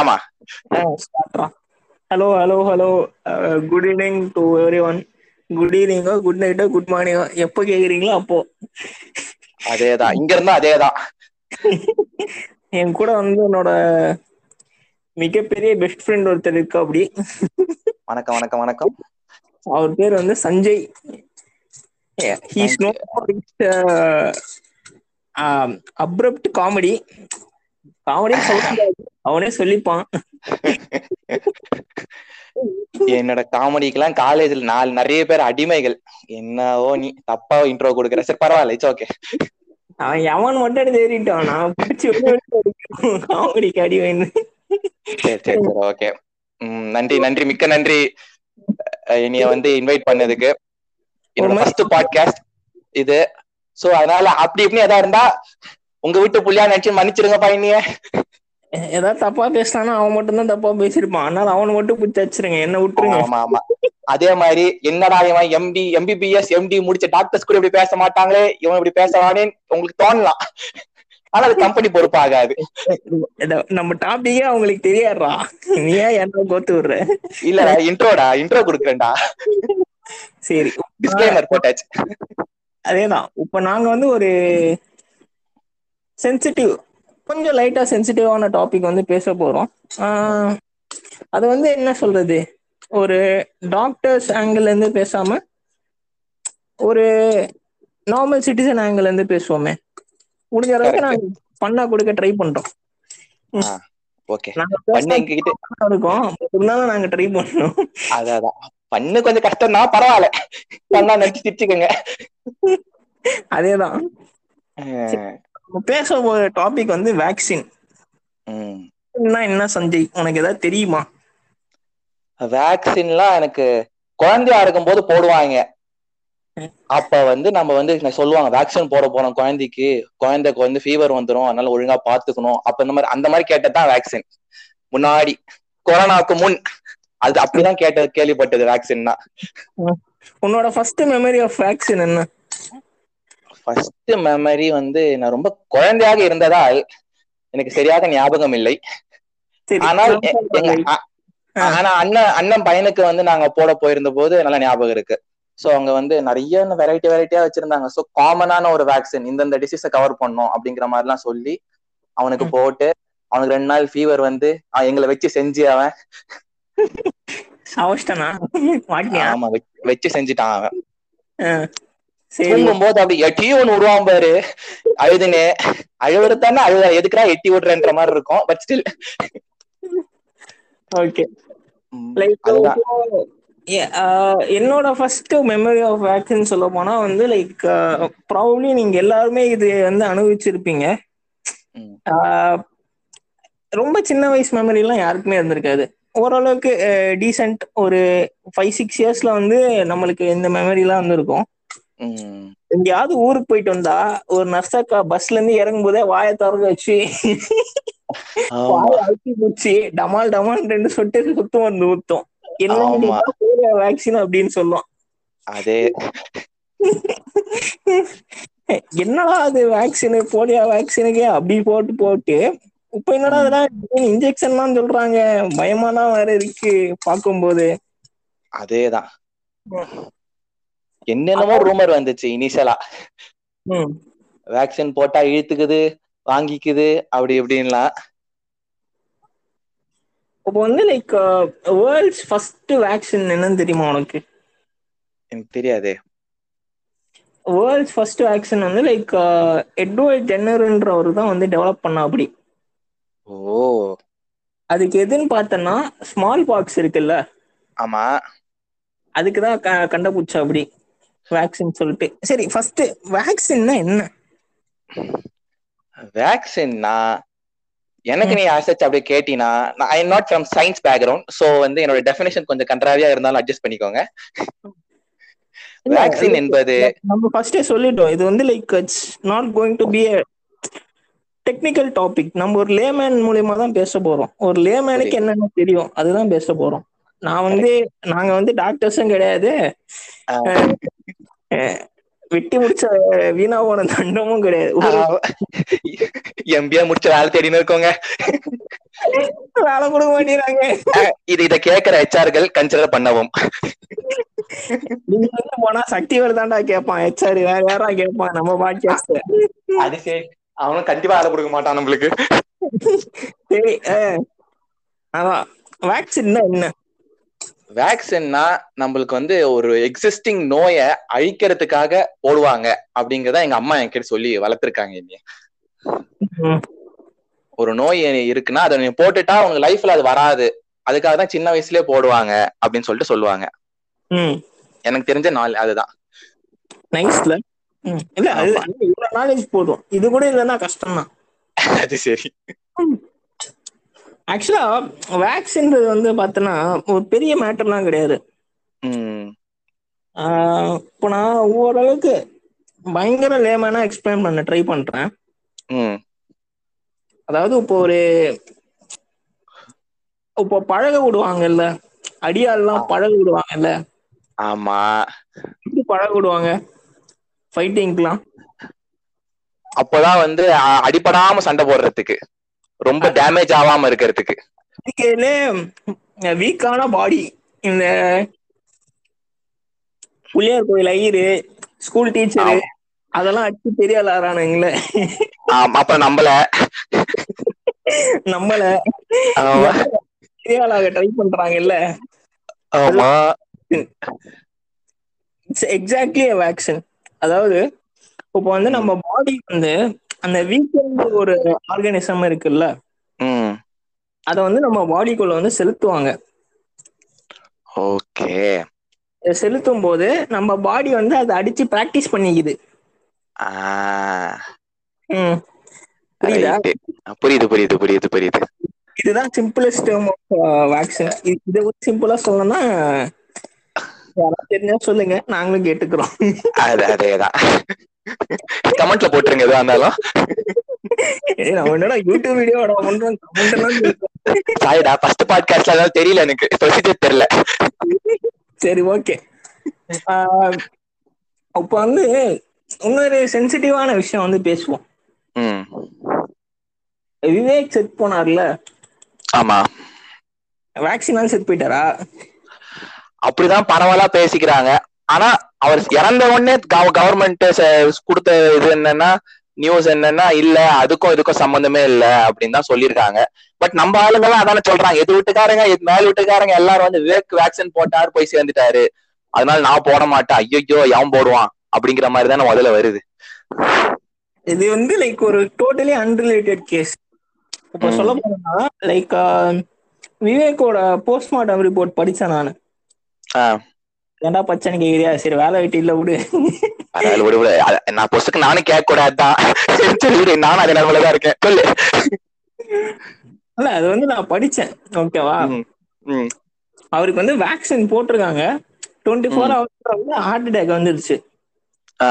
ஆமா Oh, start off. hello hello hello Uh, good evening to everyone uh, good ஈவினிங்கோ good நைட்டோ good மார்னிங்கோ எப்போ uh. கேக்குறீங்களோ அப்போ அதேதான் இங்க இருந்தா அதேதான் என் கூட வந்து என்னோட மிகப்பெரிய பெஸ்ட் ஃப்ரெண்ட் ஒருத்தர் இருக்கு அப்படி வணக்கம் வணக்கம் வணக்கம் அவர் பேர் வந்து Sanjay he's no uh, um, abrupt comedy காமெடின்னு சொல்ல முடியாது. அவனே சொல்லிப்பான் என்னோட காமெடிக்கெல்லாம் காலேஜ்ல நாலு நிறைய பேர் அடிமைகள் என்னவோ நீ தப்பா இன்ட்ரோ கொடுக்குற சரி பரவாயில்ல இட்ஸ் ஓகே அவன் எவன் மட்டும் எடுத்து ஏறிட்டான் நான் பிடிச்சி காமெடிக்கு அடி வாங்கி சரி சரி சரி ஓகே உம் நன்றி நன்றி மிக்க நன்றி அஹ் என்னைய வந்து இன்வைட் பண்ணதுக்கு என்னோட ஃபர்ஸ்ட் பாட்காஸ்ட் இது சோ அதனால அப்படி இப்படி ஏதா இருந்தா உங்க வீட்டு புள்ளியா நினைச்சு மன்னிச்சிருங்கப்பா என்னைய ஏதாவது தப்பா பேசினானா அவன் மட்டும் தான் தப்பா பேசியிருப்பான் அதனால அவனை மட்டும் பிடிச்சி வச்சிருங்க என்ன விட்டுருங்க ஆமா ஆமா அதே மாதிரி என்னடா இவன் எம்டி எம்பிபிஎஸ் எம்டி முடிச்ச டாக்டர்ஸ் கூட இப்படி பேச மாட்டாங்களே இவன் இப்படி பேசுவானே உங்களுக்கு தோணலாம் ஆனா அது கம்பெனி பொறுப்பாகாது இந்த நம்ம டாபிக்கே அவங்களுக்கு தெரியாடுறா நீ ஏன் என்ன கோத்து விடுற இல்லடா இன்ட்ரோடா இன்ட்ரோ கொடுக்குறேன்டா சரி டிஸ்க்ளைமர் போட்டாச்சு அதேதான் இப்ப நாங்க வந்து ஒரு சென்சிட்டிவ் கொஞ்சம் லைட்டா சென்சிட்டிவான டாபிக் வந்து பேச போறோம் ஆஹ் அது வந்து என்ன சொல்றது ஒரு டாக்டர்ஸ் ஆங்கிள் இருந்து பேசாம ஒரு நார்மல் சிட்டிசன் ஆங்கிள் இருந்து பேசுவோமே முடிஞ்ச அளவுக்கு Correct. நாங்க பண்ணா கொடுக்க ட்ரை பண்றோம் ஓகே நாங்க பண்ணு பேசினா எங்க கிட்ட நல்லா இருக்கும் இருந்தாலும் நாங்க ட்ரை பண்ணோம் அதான் பண்ணு கொஞ்சம் கஷ்டம்னா பரவாயில்ல நல்லா நினைச்சு திரிச்சுக்கோங்க அதேதான் நம்ம பேச போற டாபிக் வந்து வேக்சின் உம் என்ன சஞ்சய் உனக்கு ஏதாவது தெரியுமா வேக்சின்லாம் எனக்கு குழந்தையா இருக்கும்போது போடுவாங்க அப்ப வந்து நம்ம வந்து நான் சொல்லுவாங்க வேக்சின் போட போறோம் குழந்தைக்கு குழந்தைக்கு வந்து ஃபீவர் வந்துரும் அதனால ஒழுங்கா பாத்துக்கணும் அப்ப இந்த மாதிரி அந்த மாதிரி கேட்டதுதான் வேக்சின் முன்னாடி கொரோனாவுக்கு முன் அது அப்படிதான் கேட்ட கேள்விப்பட்டது வேக்சின்னா உன்னோட ஃபர்ஸ்ட் மெமரி ஆஃப் வேக்சின் என்ன ஃபர்ஸ்ட் மெமரி வந்து நான் ரொம்ப குழந்தையாக இருந்ததால் எனக்கு சரியாக ஞாபகம் இல்லை சரி ஆனால் எ- எங்க அ- ஆ. ஆனா அண்ணன் அண்ணன் பையனுக்கு வந்து நாங்க போட போயிருந்த போது நல்ல ஞாபகம் இருக்கு சோ அவங்க வந்து நிறைய வெரைட்டி வெரைட்டியா வச்சிருந்தாங்க சோ காமனான ஒரு வேக்சின் இந்தந்த டிசீஸ கவர் பண்ணும் அப்படிங்கிற மாதிரி எல்லாம் சொல்லி அவனுக்கு ம். போட்டு அவனுக்கு ரெண்டு நாள் ஃபீவர் வந்து அவன் எங்களை வச்சு செஞ்சு அவன் அவஸ்டனா மாட்டியா ஆமா வச்சு- வச்சு செஞ்சுட்டான் அவன் சரி தூங்கும் போது அப்படி எட்டி ஒண்ணு விடுவான் பாரு அழுதுனே அழுவுறது தானே அழுவ எதுக்குடா எட்டி விடுறேன்ற மாதிரி இருக்கும் பட் ஸ்டில் ஓகே லைக் அதுதான் uh, என்னோட ஃபர்ஸ்ட் மெமரி ஆஃப் வேக்சின் சொல்ல போனா வந்து லைக் ப்ராபப்ளி நீங்க எல்லாருமே இது வந்து அனுபவிச்சிருப்பீங்க ம். Uh, ரொம்ப சின்ன வயசு மெமரிலாம் யாருக்குமே இருந்திருக்காது ஓரளவுக்கு டீசென்ட் ஒரு ஃபைவ் சிக்ஸ் இயர்ஸ்ல வந்து நம்மளுக்கு இந்த மெமரிலாம் வந்திருக்கும் ம். எங்கேயாவது ஊருக்கு போயிட்டு வந்தா ஒரு நர்சக்கா பஸ்ல இருந்து இறங்கும் போதே வாயை திறந்து வச்சு ஆமா வாயை அழுத்தி பிடிச்சி டமால் டமால் ரெண்டு சொட்டு சுத்தம் வந்து ஊத்தும் ஆமா. என்ன வேக்சின் அப்படின்னு சொல்லும் அதே என்னடா அது வேக்சின் போலியா வேக்சினுக்கு அப்படி போட்டு போட்டு இப்ப என்னடா ம். அதெல்லாம் இன்ஜெக்ஷன்லாம் சொல்றாங்க பயமா தான் வேற இருக்கு பார்க்கும்போது அதேதான் என்னென்னமோ ரூமர் வந்துச்சு இனிஷியலா ம். வேக்சின் போட்டா இழுத்துக்குது வாங்கிக்குது அப்படி இப்படின்லாம் இப்போ வந்து uh, like world's first vaccine என்னன்னு தெரியுமா உனக்கு எனக்கு தெரியாது வேர்ல்ட்ஸ் ஃபர்ஸ்ட் வேக்சின் வந்து லைக் எட்வர்ட் ஜென்னருன்றவர் தான் வந்து டெவலப் பண்ணா அப்படி ஓ அதுக்கு எதுன்னு பார்த்தோன்னா ஸ்மால் பாக்ஸ் இருக்குல்ல ஆமா அதுக்கு தான் க கண்டுபிடிச்சா அப்படி வேக்சின் சொல்லிட்டு சரி ஃபர்ஸ்ட் வேக்சின்னா என்ன வேக்சின்னா எனக்கு நீ ஆசைச்சு அப்படியே கேட்டினா I am not from science background so வந்து என்னோட டெஃபினேஷன் கொஞ்சம் கன்றாவியா இருந்தாலும் அட்ஜஸ்ட் பண்ணிக்கோங்க இல்ல, வேக்சின் என்பது நம்ம ஃபர்ஸ்டே சொல்லிட்டோம் இது வந்து like it's not going to be technical topic நம்ம ஒரு லேமேன் மூலியமா தான் பேச போறோம் ஒரு லேமேனுக்கு என்னென்ன தெரியும் அதுதான் பேச போறோம் நான் வந்து நாங்க வந்து டாக்டர்ஸும் கிடையாது ஆ, வெட்டி முடிச்ச வீணா போன தண்டமும் கிடையாது ஒரு எம்பியா முடிச்ச வேலை தேடின்னு இருக்கோங்க வேலை கொடுக்க மாட்டேங்கிறாங்க இது இதை கேட்கிற ஹெச்ஆர்கள் கன்சிடர் பண்ணவும் நீங்க வந்து போனா சக்திவேல் தான்டா கேட்பான் ஹெச்ஆர் வேற யாரா கேட்பான் நம்ம பாட்காஸ்ட் அது சரி அவனும் கண்டிப்பா வேலை கொடுக்க மாட்டான் நம்மளுக்கு சரி அஹ், அதான் வேக்சின்னா என்ன வேக்சின்னா நம்மளுக்கு வந்து ஒரு எக்ஸிஸ்டிங் நோயை அழிக்கிறதுக்காக போடுவாங்க அப்படிங்கறத எங்க அம்மா என்கிட்ட சொல்லி வளர்த்திருக்காங்க என்னைய ஒரு நோய் இருக்குன்னா அதை நீ போட்டுட்டா உங்க லைஃப்ல அது வராது அதுக்காக தான் சின்ன வயசுலயே போடுவாங்க அப்படின்னு சொல்லிட்டு சொல்லுவாங்க ம் எனக்கு தெரிஞ்ச நாள் அதுதான் நைஸ்ல ம் இல்ல அது இவ்வளவு நாலேஜ் போதும் இது கூட இல்லைன்னா கஷ்டம் தான் அது சரி ஆக்சுவலா வேக்சின்றது வந்து பார்த்தோன்னா ஒரு பெரிய மேட்டர்லாம் கிடையாது உம் ஆஹ், இப்போ நான் ஓரளவுக்கு பயங்கர லேமனா எக்ஸ்பிளைன் பண்ண ட்ரை பண்றேன் உம் அதாவது இப்போ ஒரு இப்போ பழக விடுவாங்கல்ல அடியாள்லாம் பழக விடுவாங்கல்ல ஆமா எப்படி பழக விடுவாங்க ஃபைட்டிங்க்குலாம் அப்பதான் வந்து அ- அடிபடாம சண்டை போடுறதுக்கு ரொம்ப டேமேஜ் ஆகாம இருக்கிறதுக்கு இதுலே வீக்கான பாடி இந்த புள்ளியார் கோயில் ஐயரு ஸ்கூல் டீச்சரு அதெல்லாம் அடிச்சு பெரிய ஆளாரானுங்களே ஆமா அப்ப நம்மள நம்மள ஆமா. பெரிய ஆளாக ட்ரை பண்றாங்கல்ல ஆமா இட்ஸ் எக்ஸாக்ட்லி வேக்சின் அதாவது இப்போ வந்து நம்ம பாடி வந்து அந்த வீக்கெண்ட் ஒரு ஆர்கானிசம் இருக்குல்ல உம் அதை வந்து நம்ம பாடிக்குள்ள வந்து செலுத்துவாங்க ஓகே இதை செலுத்தும் போது நம்ம பாடி வந்து அதை அடிச்சு பிராக்டிஸ் பண்ணிக்குது ம். புரியுதா புரியுது புரியுது புரியுது புரியுது இதுதான் simplest term of vaccine uh, இதை விட சிம்பிளா சொல்லணும்னா யாராவது தெரிஞ்சா சொல்லுங்க நாங்களும் கேட்டுக்கிறோம் அது அதேதான் கமெண்ட்ல போட்டுருங்க எதுவா இருந்தாலும் ஏய், நம்ம என்னடா யூடியூப் வீடியோ பண்றோம் comment எல்லாம் கேக்குறோம். சாரிடா ஃபர்ஸ்ட் பாட்காஸ்ட்ல அதாவது தெரியல எனக்கு ப்ரொசீஜர் தெரியல சரி ஓகே அப்ப வந்து இன்னொரு சென்சிட்டிவான விஷயம் வந்து பேசுவோம் உம் விவேக் செத் போனார்ல ஆமா வேக்சினால் செத் போயிட்டாரா அப்படிதான் பரவலா பேசிக்கிறாங்க ஆனா அவர் இறந்த உடனே கவர்மெண்ட் கொடுத்த இது என்னன்னா நியூஸ் என்னன்னா இல்ல அதுக்கும் இதுக்கும் சம்பந்தமே இல்ல அப்படின்னு தான் சொல்லியிருக்காங்க பட் நம்ம ஆளுங்கெல்லாம் அதான சொல்றாங்க எது வீட்டுக்காரங்க எது மேல் வீட்டுக்காரங்க எல்லாரும் வந்து விவேக் வேக்சின் போட்டாரு போய் சேர்ந்துட்டாரு அதனால நான் போட மாட்டேன் ஐயோ எவன் போடுவான் அப்படிங்கிற மாதிரி தானே முதல்ல வருது இது வந்து லைக் ஒரு டோட்டலி அன்ரிலேட்டட் கேஸ் இப்போ ம். சொல்ல போனா லைக் விவேக்கோட போஸ்ட்மார்ட்டம் ரிப்போர்ட் படிச்சேன் நான் ஆ, ஏன்டா பச்சை கேக்குறியா சரி வேலை வெட்டி இல்ல விடு பரவாயில்ல, விடு, விடு. அத- நான் பொசுக்கு நானும் கேட்க கூடாதுதான் சரி, விடு, நானும் அதே நிலவுலதான் இருக்கேன் சொல்லு இல்ல அது வந்து நான் படிச்சேன் ஓகேவா ம், ம், அவருக்கு வந்து வேக்சின் போட்டிருக்காங்க டுவெண்ட்டி ஃபோர் ஹவர்ஸ் வந்து ஹார்ட் அட்டாக் வந்துருச்சு ஆ,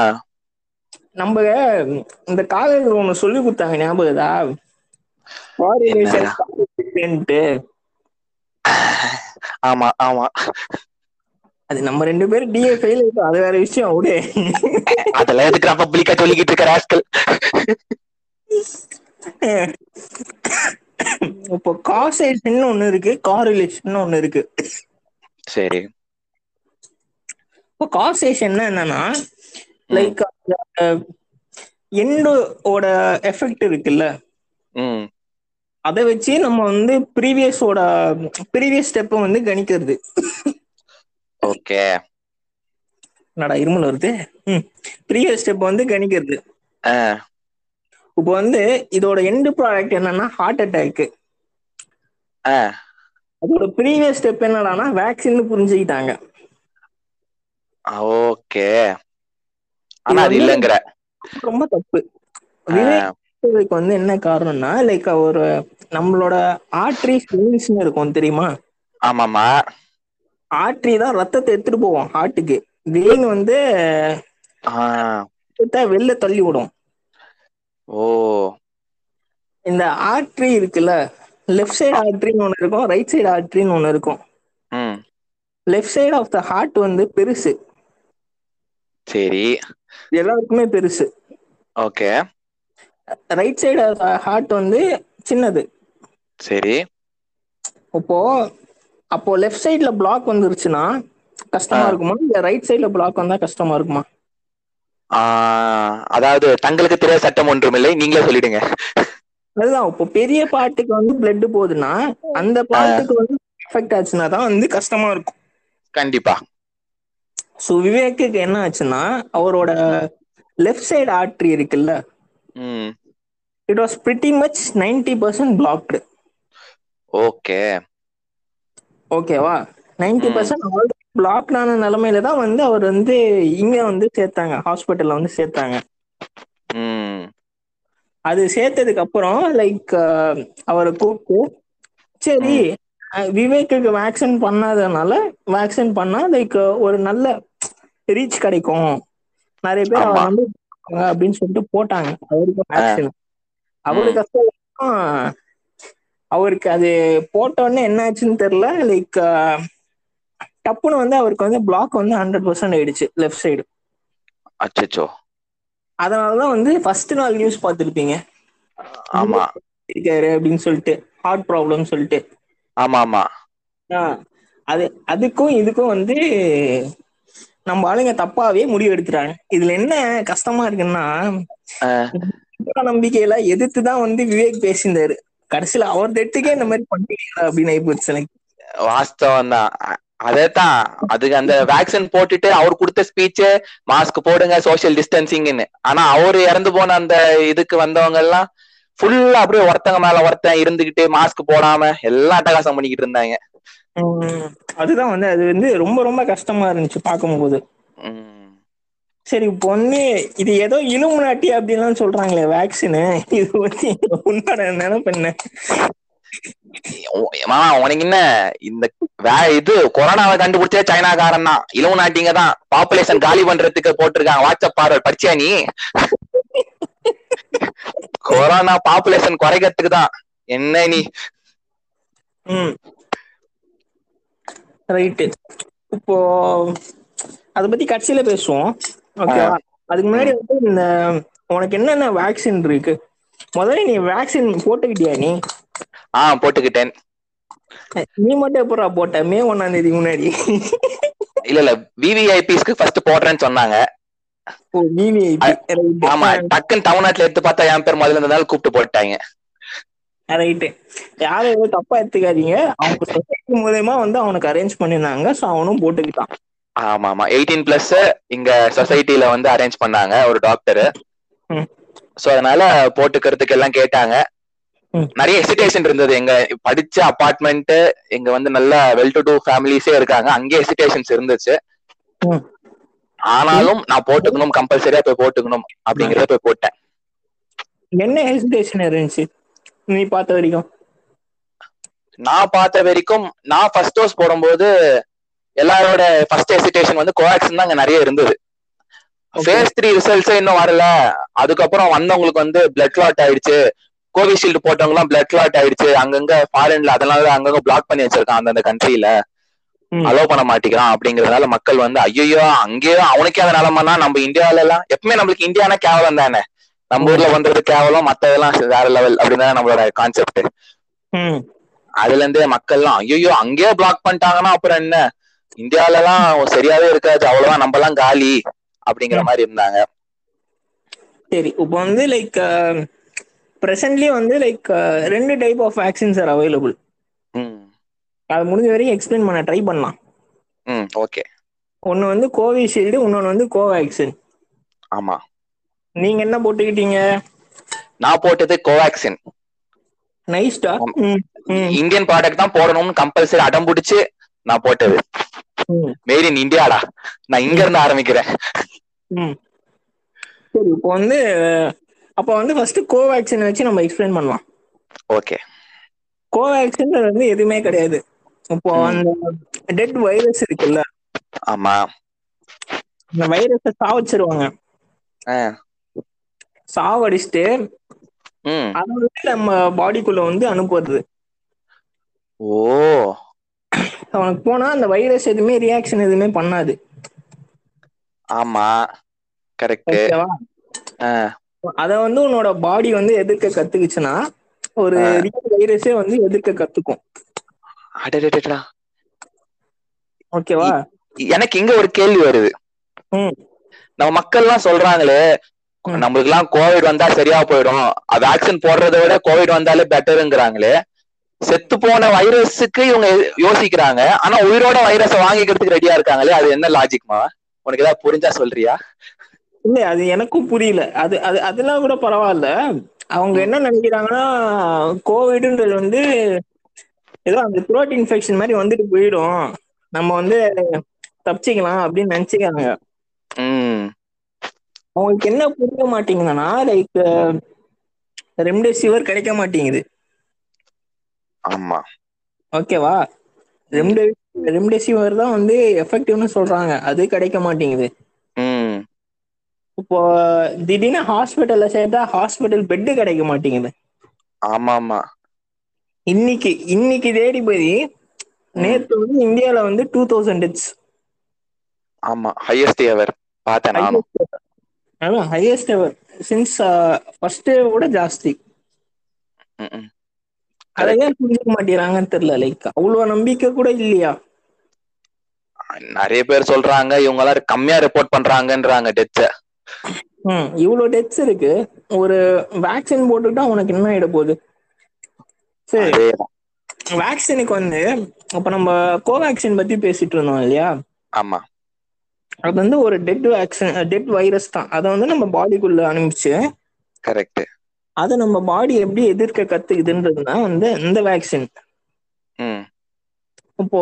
நம்ம இந்த காலேஜ்ல ஒண்ணு சொல்லி கொடுத்தாங்க ஞாபகதா என்னடா? ஆமா ஆமா அது நம்ம ரெண்டு பேரும் டிஏ ஃபெயில் ஆயிட்டோம் அது வேற விஷயம் விடு அதெல்லாம் எதுக்கு நான் பப்ளிக்கா சொல்லிக்கிட்டு இருக்க ராஸ்கல் இப்போ காசேஷன் ஒண்ணு இருக்கு காரிலேஷன் ஒண்ணு இருக்கு சரி இப்போ காசேஷன்னா என்னன்னா லைக் எண்டோட எஃபெக்ட் இருக்குல்ல ம் அதை வச்சு நம்ம வந்து ப்ரீவியஸோட ப்ரீவியஸ் ஸ்டெப்பை வந்து கணிக்கிறது ஓகே என்னடா இருமல் வருது ம் ப்ரீவியஸ் ஸ்டெப் வந்து கணிக்கிறது ஆ, இப்போ வந்து இதோட எண்டு ப்ராடக்ட் என்னன்னா ஹார்ட் அட்டாக்கு ஆ. அதோட ப்ரீவியஸ் ஸ்டெப் என்னடான்னா வேக்சின்னு புரிஞ்சுக்கிட்டாங்க ஓகே ஆனா அது இல்லங்கிற ரொம்ப தப்பு ஆ, விவேக் வந்து என்ன காரணம்னா லைக் ஒரு நம்மளோட ஆர்ட்ரி ன்னு இருக்கும் தெரியுமா ஆமாமா ஆர்ட்ரி தான் ரத்தத்தை எடுத்துட்டு போவோம் ஹார்ட்டுக்கு வெயின் வந்து ஆ, ரத்தத்தை வெளில தள்ளி விடும் ஓ இந்த ஆர்ட்ரி இருக்குல்ல லெஃப்ட் சைடு ஆர்ட்ரின்னு ஒன்று இருக்கும் ரைட் சைடு ஆர்ட்ரின்னு ஒன்று இருக்கும் ம் left side of the heart வந்து பெருசு சரி எல்லாருக்குமே பெருசு ஓகே ரைட் சைடு ஹார்ட் வந்து சின்னது சரி இப்போ அப்போ லெஃப்ட் சைடுல பிளாக் வந்துருச்சுன்னா கஷ்டமா ஆ. இருக்குமா இல்ல ரைட் சைடுல பிளாக் வந்தா கஷ்டமா இருக்குமா ஆஹ் அதாவது தங்களுக்கு தெரியாத சட்டம் ஒன்றுமில்லை நீங்களே சொல்லிடுங்க அதுதான் இப்போ பெரிய பாட்டுக்கு வந்து பிளட் போகுதுன்னா அந்த பாட்டுக்கு வந்து எஃபெக்ட் ஆச்சுன்னா தான் வந்து கஷ்டமா இருக்கும் கண்டிப்பா ஸோ விவேக்குக்கு என்ன ஆச்சுன்னா அவரோட லெஃப்ட் சைடு ஆர்ட்ரி இருக்குல்ல ம் it was pretty much ninety percent blocked okay ஓகேவா நைன்டி பர்சன்ட் ஆல்ரெடி பிளாக்டான நிலமையில தான் வந்து அவர் வந்து இங்க வந்து சேர்த்தாங்க ஹாஸ்பிட்டல்ல வந்து சேர்த்தாங்க ம் அது சேர்த்ததுக்கு அப்புறம் லைக் அவரை கூப்பிட்டு சரி அஹ், விவேக்குக்கு வேக்சின் பண்ணாதனால வேக்சின் பண்ணா லைக் ஒரு நல்ல ரீச் கிடைக்கும் நிறைய பேர் ஆமா. அவர் வந்து பார்ப்பாங்க அப்படின்னு சொல்லிட்டு போட்டாங்க அவருக்கு வேக்சின் அவருக்கு கஷ்டம் அவருக்கு அது போட்ட உடனே என்ன ஆச்சுன்னு தெரியல லைக் டப்புன்னு வந்து அவருக்கு வந்து பிளாக் வந்து ஹண்ட்ரட் பர்சன்ட் ஆயிடுச்சு லெஃப்ட் சைடு அச்சச்சோ அதனாலதான் வந்து ஃபர்ஸ்ட் நாள் நியூஸ் பார்த்துருப்பீங்க ஆமா இருக்காரு அப்படின்னு சொல்லிட்டு ஹார்ட் ப்ராப்ளம் சொல்லிட்டு ஆமா ஆமா அது அதுக்கும் இதுக்கும் வந்து நம்ம ஆளுங்க தப்பாவே முடிவு எடுத்துறாங்க இதுல என்ன கஷ்டமா இருக்குன்னா அஹ், மூட நம்பிக்கையில எதிர்த்து தான் வந்து விவேக் பேசியிருந்தாரு கடைசியில அவர் தெட்டுக்கே இந்த மாதிரி பண்ணிட்டீங்களா அப்படின்னு ஆகி போச்சு எனக்கு வாஸ்தவம் தான் அதேதான் அதுக்கு அந்த வேக்சின் போட்டுட்டு அவர் கொடுத்த ஸ்பீச் மாஸ்க் போடுங்க சோஷியல் டிஸ்டன்சிங்னு ஆனா அவர் இறந்து போன அந்த இதுக்கு வந்தவங்க எல்லாம் ஃபுல்லா அப்படியே ஒருத்தங்க மேல ஒருத்தன் இருந்துகிட்டு மாஸ்க் போடாம எல்லாம் அட்டகாசம் பண்ணிக்கிட்டு இருந்தாங்க உம் அதுதான் வந்து அது வந்து ரொம்ப ரொம்ப கஷ்டமா இருந்துச்சு பார்க்கும்போது ம். சரி இப்போ வந்து இது ஏதோ இலுமினாட்டி அப்படின்லாம் சொல்றாங்களே வேக்சினு இது வந்து உன்னோட நினைப்பு என்ன உ- மாமா உனக்கு என்ன இந்த வே இது கொரோனாவை கண்டுபிடிச்சே சைனாக்காரன் தான் இளவு நாட்டிங்க தான் பாப்புலேஷன் காலி பண்றதுக்கு போட்டிருக்காங்க வாட்ஸ்அப் பார்வை படிச்சியா நீ கொரோனா பாப்புலேஷன் குறைக்கிறதுக்கு தான் என்ன நீ ம் ரைட்டு இப்போ அதை பத்தி கடைசியில பேசுவோம் ஓகேவா அதுக்கு முன்னாடி வந்து இந்த உனக்கு என்னென்ன வேக்சின் இருக்கு முதல்ல நீ வேக்சின் போட்டுக்கிட்டியா நீ ஆ போட்டுக்கிட்டேன் நீ மட்டும் எப்படா போட்ட மே ஒண்ணாம் தேதி முன்னாடி இல்ல இல்ல விவிஐபிஸ்க்கு ஃபர்ஸ்ட் போடுறேன்னு சொன்னாங்க ஓ விவிஐபி ஆமா டக்குன்னு தமிழ்நாட்டுல எடுத்து பார்த்தா என் பேர் முதல்ல இருந்ததால கூப்பிட்டு போட்டாங்க ரைட்டு யாரும் எதுவும் தப்பா எடுத்துக்காதீங்க அவங்க சொசைட்டி மூலயமா வந்து அவனுக்கு அரேஞ்ச் பண்ணியிருந்தாங்க ஸோ அவனும் போட்டுக்கிட்டான் ஆமா ஆமா எயிட்டீன் பிளஸ் இங்க சொசைட்டில வந்து அரேஞ்ச் பண்ணாங்க ஒரு டாக்டர் ம். சோ அதனால போட்டுக்கிறதுக்கு எல்லாம் கேட்டாங்க ம். நிறைய ஹெசிடேஷன் இருந்தது எங்க படிச்ச அபார்ட்மெண்ட் இங்க வந்து நல்ல வெல் டு டூ ஃபேமிலிஸே இருக்காங்க அங்கேயே ஹெசிடேஷன்ஸ் இருந்துச்சு ம். ஆனாலும் நான் போட்டுக்கணும் கம்பல்சரியா போய் போட்டுக்கணும் அப்படிங்கறத போய் போட்டேன் என்ன ஹெசிடேஷன் இருந்துச்சு நீ பார்த்த வரைக்கும் நான் பார்த்த வரைக்கும் நான் ஃபர்ஸ்ட் டோஸ் போடும்போது எல்லாரோட ஃபர்ஸ்ட் ஹெசிடேஷன் வந்து கோவாக்சின் தான் அங்க நிறைய இருந்தது Okay. ஃபேஸ் த்ரீ ரிசல்ட்ஸே இன்னும் வரல அதுக்கப்புறம் வந்தவங்களுக்கு வந்து பிளட் கிளாட் ஆயிடுச்சு கோவிஷீல்டு போட்டவங்க எல்லாம் பிளட் கிளாட் ஆயிடுச்சு அங்கங்க ஃபாரின்ல அதனால அங்கங்க பிளாக் பண்ணி வச்சிருக்கான் அந்தந்த கண்ட்ரில ம். அலோவ் பண்ண மாட்டேங்கிறான் அப்படிங்கறதுனால மக்கள் வந்து ஐயோ அங்கேயோ அவனுக்கே அந்த நிலமைனா நம்ம இந்தியாவில எல்லாம் எப்பவுமே நம்மளுக்கு இந்தியானா கேவலம் தானே நம்ம ஊர்ல பண்றது கேவலம் மத்ததெல்லாம் வேற லெவல் அப்படின்னு தான் நம்மளோட கான்செப்ட் ம் அதுல இருந்தே மக்கள்லாம் ஐயோ அங்கேயே பிளாக் பண்ணிட்டாங்கன்னா அப்புறம் என்ன இந்தியால எல்லாம் சரியாவே இருக்காது அவ்வளவா நம்ம எல்லாம் காலி அப்படிங்கிற மாதிரி இருந்தாங்க சரி இப்போ வந்து லைக் ப்ரெசென்ட்லி வந்து லைக் ரெண்டு type of vaccines are available ம் அது முடிஞ்ச வரைக்கும் எக்ஸ்பிளைன் பண்ண ட்ரை பண்ணலாம் ம் ஓகே ஒன்று வந்து கோவிஷீல்டு இன்னொன்று வந்து கோவேக்சின் ஆமா நீங்கள் என்ன போட்டுக்கிட்டீங்க நான் போட்டது கோவாக்சின் நைஸ்டா இந்தியன் ப்ராடக்ட் தான் போடணும்னு கம்பல்சரி அடம் பிடிச்சு நான் போட்டது மேட் இன் இந்தியாடா நான் இங்க இருந்து ஆரம்பிக்கிறேன் சரி இப்போ வந்து அப்போ வந்து ஃபர்ஸ்ட் கோவேக்சின் வச்சு நம்ம எக்ஸ்பிளைன் பண்ணலாம் ஓகே கோவேக்சின் வந்து எதுவுமே கிடையாது இப்போ அந்த டெட் வைரஸ் இருக்குல்ல ஆமா அந்த வைரஸை சாவச்சிருவாங்க ஆ. சாவடிச்சுட்டு ம் அதை வந்து நம்ம பாடிக்குள்ள வந்து அனுப்புறது ஓ அவனுக்கு போனா அந்த வைரஸ் எதுவுமே ரியாக்ஷன் எதுவுமே பண்ணாது ஆமா கரெக்ட் ஓகேவா அத வந்து உன்னோட பாடி வந்து எதிர்க்க கத்துக்குச்சுன்னா ஒரு ரியல் வைரஸே வந்து எதிர்க்க கத்துக்கும் அடடடடா ஓகேவா எனக்கு இங்க ஒரு கேள்வி வருது ம். நம்ம மக்கள் எல்லாம் சொல்றாங்களே ம். நம்மளுக்கு எல்லாம் கோவிட் வந்தா சரியா போயிடும் வேக்சின் போடுறதை விட கோவிட் வந்தாலே பெட்டருங்கிறாங்களே செத்து போன வைரஸுக்கு இவங்க யோசிக்கிறாங்க ஆனா உயிரோட வைரஸை வாங்கிக்கிறதுக்கு ரெடியா இருக்காங்களே அது என்ன லாஜிக்மா உனக்கு ஏதாவது புரிஞ்சா சொல்றியா இல்ல அது எனக்கும் புரியல அது அது அதெல்லாம் கூட பரவாயில்ல அவங்க என்ன நினைக்கிறாங்கன்னா கோவிடுன்றது வந்து ஏதோ அந்த த்ரோட் இன்ஃபெக்ஷன் மாதிரி வந்துட்டு போயிடும் நம்ம வந்து தப்பிச்சிக்கலாம் அப்படின்னு நினைச்சுக்கிறாங்க ம் அவங்களுக்கு என்ன புரிய மாட்டேங்குதுன்னா லைக் ரெம்டெசிவர் கிடைக்க மாட்டேங்குது ஆமா ஓகேவா ரெம்டெ ரெம்டெசிவர் தான் வந்து எஃபெக்டிவ்னு சொல்றாங்க அது கிடைக்க மாட்டேங்குது ம் இப்போ திடீர்னு ஹாஸ்பிட்டல்ல சேர்த்தா ஹாஸ்பிட்டல் பெட்டு கிடைக்க மாட்டேங்குது ஆமா ஆமா இன்னைக்கு இன்னைக்கு தேடி போய் நேத்து வந்து இந்தியால வந்து டூ தௌசண்ட் டெத்ஸ் ஆமா ஹையஸ்ட் எவர் பார்த்தேன் நானும் அதான் ஹையஸ்ட் எவர் சின்ஸ் ஃபர்ஸ்ட் விட ஜாஸ்தி ம், ம். அதை ஏன் புரிஞ்சுக்க மாட்டேங்கிறாங்கன்னு தெரியல லைக் அவ்வளோ நம்பிக்கை கூட இல்லையா நிறைய பேர் சொல்றாங்க இவங்க எல்லாம் கம்மியா ரிப்போர்ட் பண்றாங்கன்றாங்க டெத்த ம் இவ்வளோ டெத்ஸ் இருக்கு ஒரு வேக்சின் போட்டுக்கிட்டா உனக்கு என்ன ஆயிட போகுது சரி அதே வேக்சினுக்கு வந்து அப்ப நம்ம கோவேக்சின் பத்தி பேசிட்டு இருந்தோம் இல்லையா ஆமா அது வந்து ஒரு டெட் வேக்சின் டெட் வைரஸ் தான் அதை வந்து நம்ம பாடிக்குள்ள அனுப்பிச்சு கரெக்ட் அதை நம்ம பாடி எப்படி எதிர்க்க கத்துக்குதுன்றது தான் வந்து இந்த வேக்சின் ம் இப்போ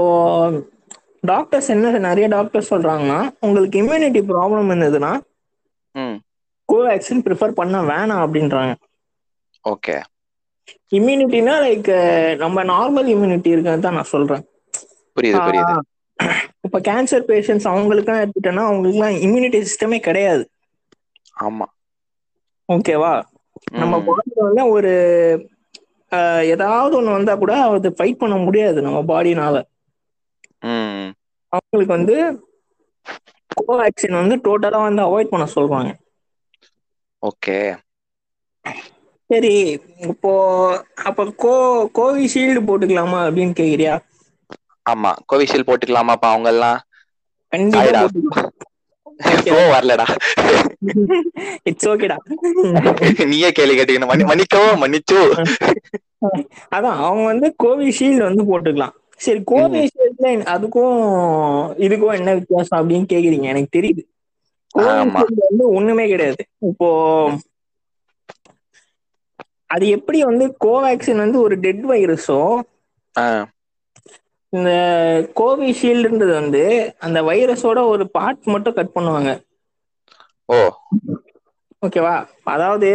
டாக்டர்ஸ் என்ன நிறைய டாக்டர்ஸ் சொல்றாங்கன்னா உங்களுக்கு இம்யூனிட்டி ப்ராப்ளம் இருந்ததுன்னா ம் கோவேக்சின் ப்ரிஃபர் பண்ண வேணாம் அப்படின்றாங்க ஓகே இம்யூனிட்டினா லைக் நம்ம நார்மல் இம்யூனிட்டி இருக்குன்னு தான் நான் சொல்றேன் புரியுது புரியுது ஆஹ் இப்ப கேன்சர் பேஷண்ட்ஸ் அவங்களுக்குலாம் எடுத்துட்டோம்னா அவங்களுக்குலாம் இம்யூனிட்டி சிஸ்டமே கிடையாது ஆமா ஓகேவா நம்ம ம், பாடியில வந்து ஒரு ஆஹ் ஏதாவது ஒண்ணு வந்தா கூட அது ஃபைட் பண்ண முடியாது நம்ம பாடினால ம் அவங்களுக்கு வந்து கோவேக்சின் வந்து டோட்டலா வந்து அவாய்ட் பண்ண சொல்றாங்க ஓகே சரி இப்போ அப்ப கோ கோவிஷீல்டு போட்டுக்கலாமா அப்படின்னு கேக்குறியா ஆமா கோவிஷீல்டு போட்டுக்கலாமாப்பா அவங்க எல்லாம் கண்டிப்பா சாய்டா. போட்டுக்கலாம் ஓ வரலடா இட்ஸ் ஓகேடா நீயே கேள்வி கேட்டீங்க மன்னி மன்னிக்கவோ மன்னிச்சோ அதான் அவங்க வந்து கோவிஷீல்டு வந்து போட்டுக்கலாம் சரி கோவிஷீல்டுல அதுக்கும் இதுக்கும் என்ன வித்தியாசம் அப்படின்னு கேக்குறீங்க எனக்கு தெரியுது ஆமா. கோவிஷீல்டு வந்து ஒண்ணுமே கிடையாது இப்போ அது எப்படி வந்து கோவேக்சின் வந்து ஒரு டெட் வைரஸோ ஆ, இந்த கோவிஷீல்டுன்றது வந்து அந்த வைரஸோட ஒரு பார்ட் மட்டும் கட் பண்ணுவாங்க ஓ ஓகேவா அதாவது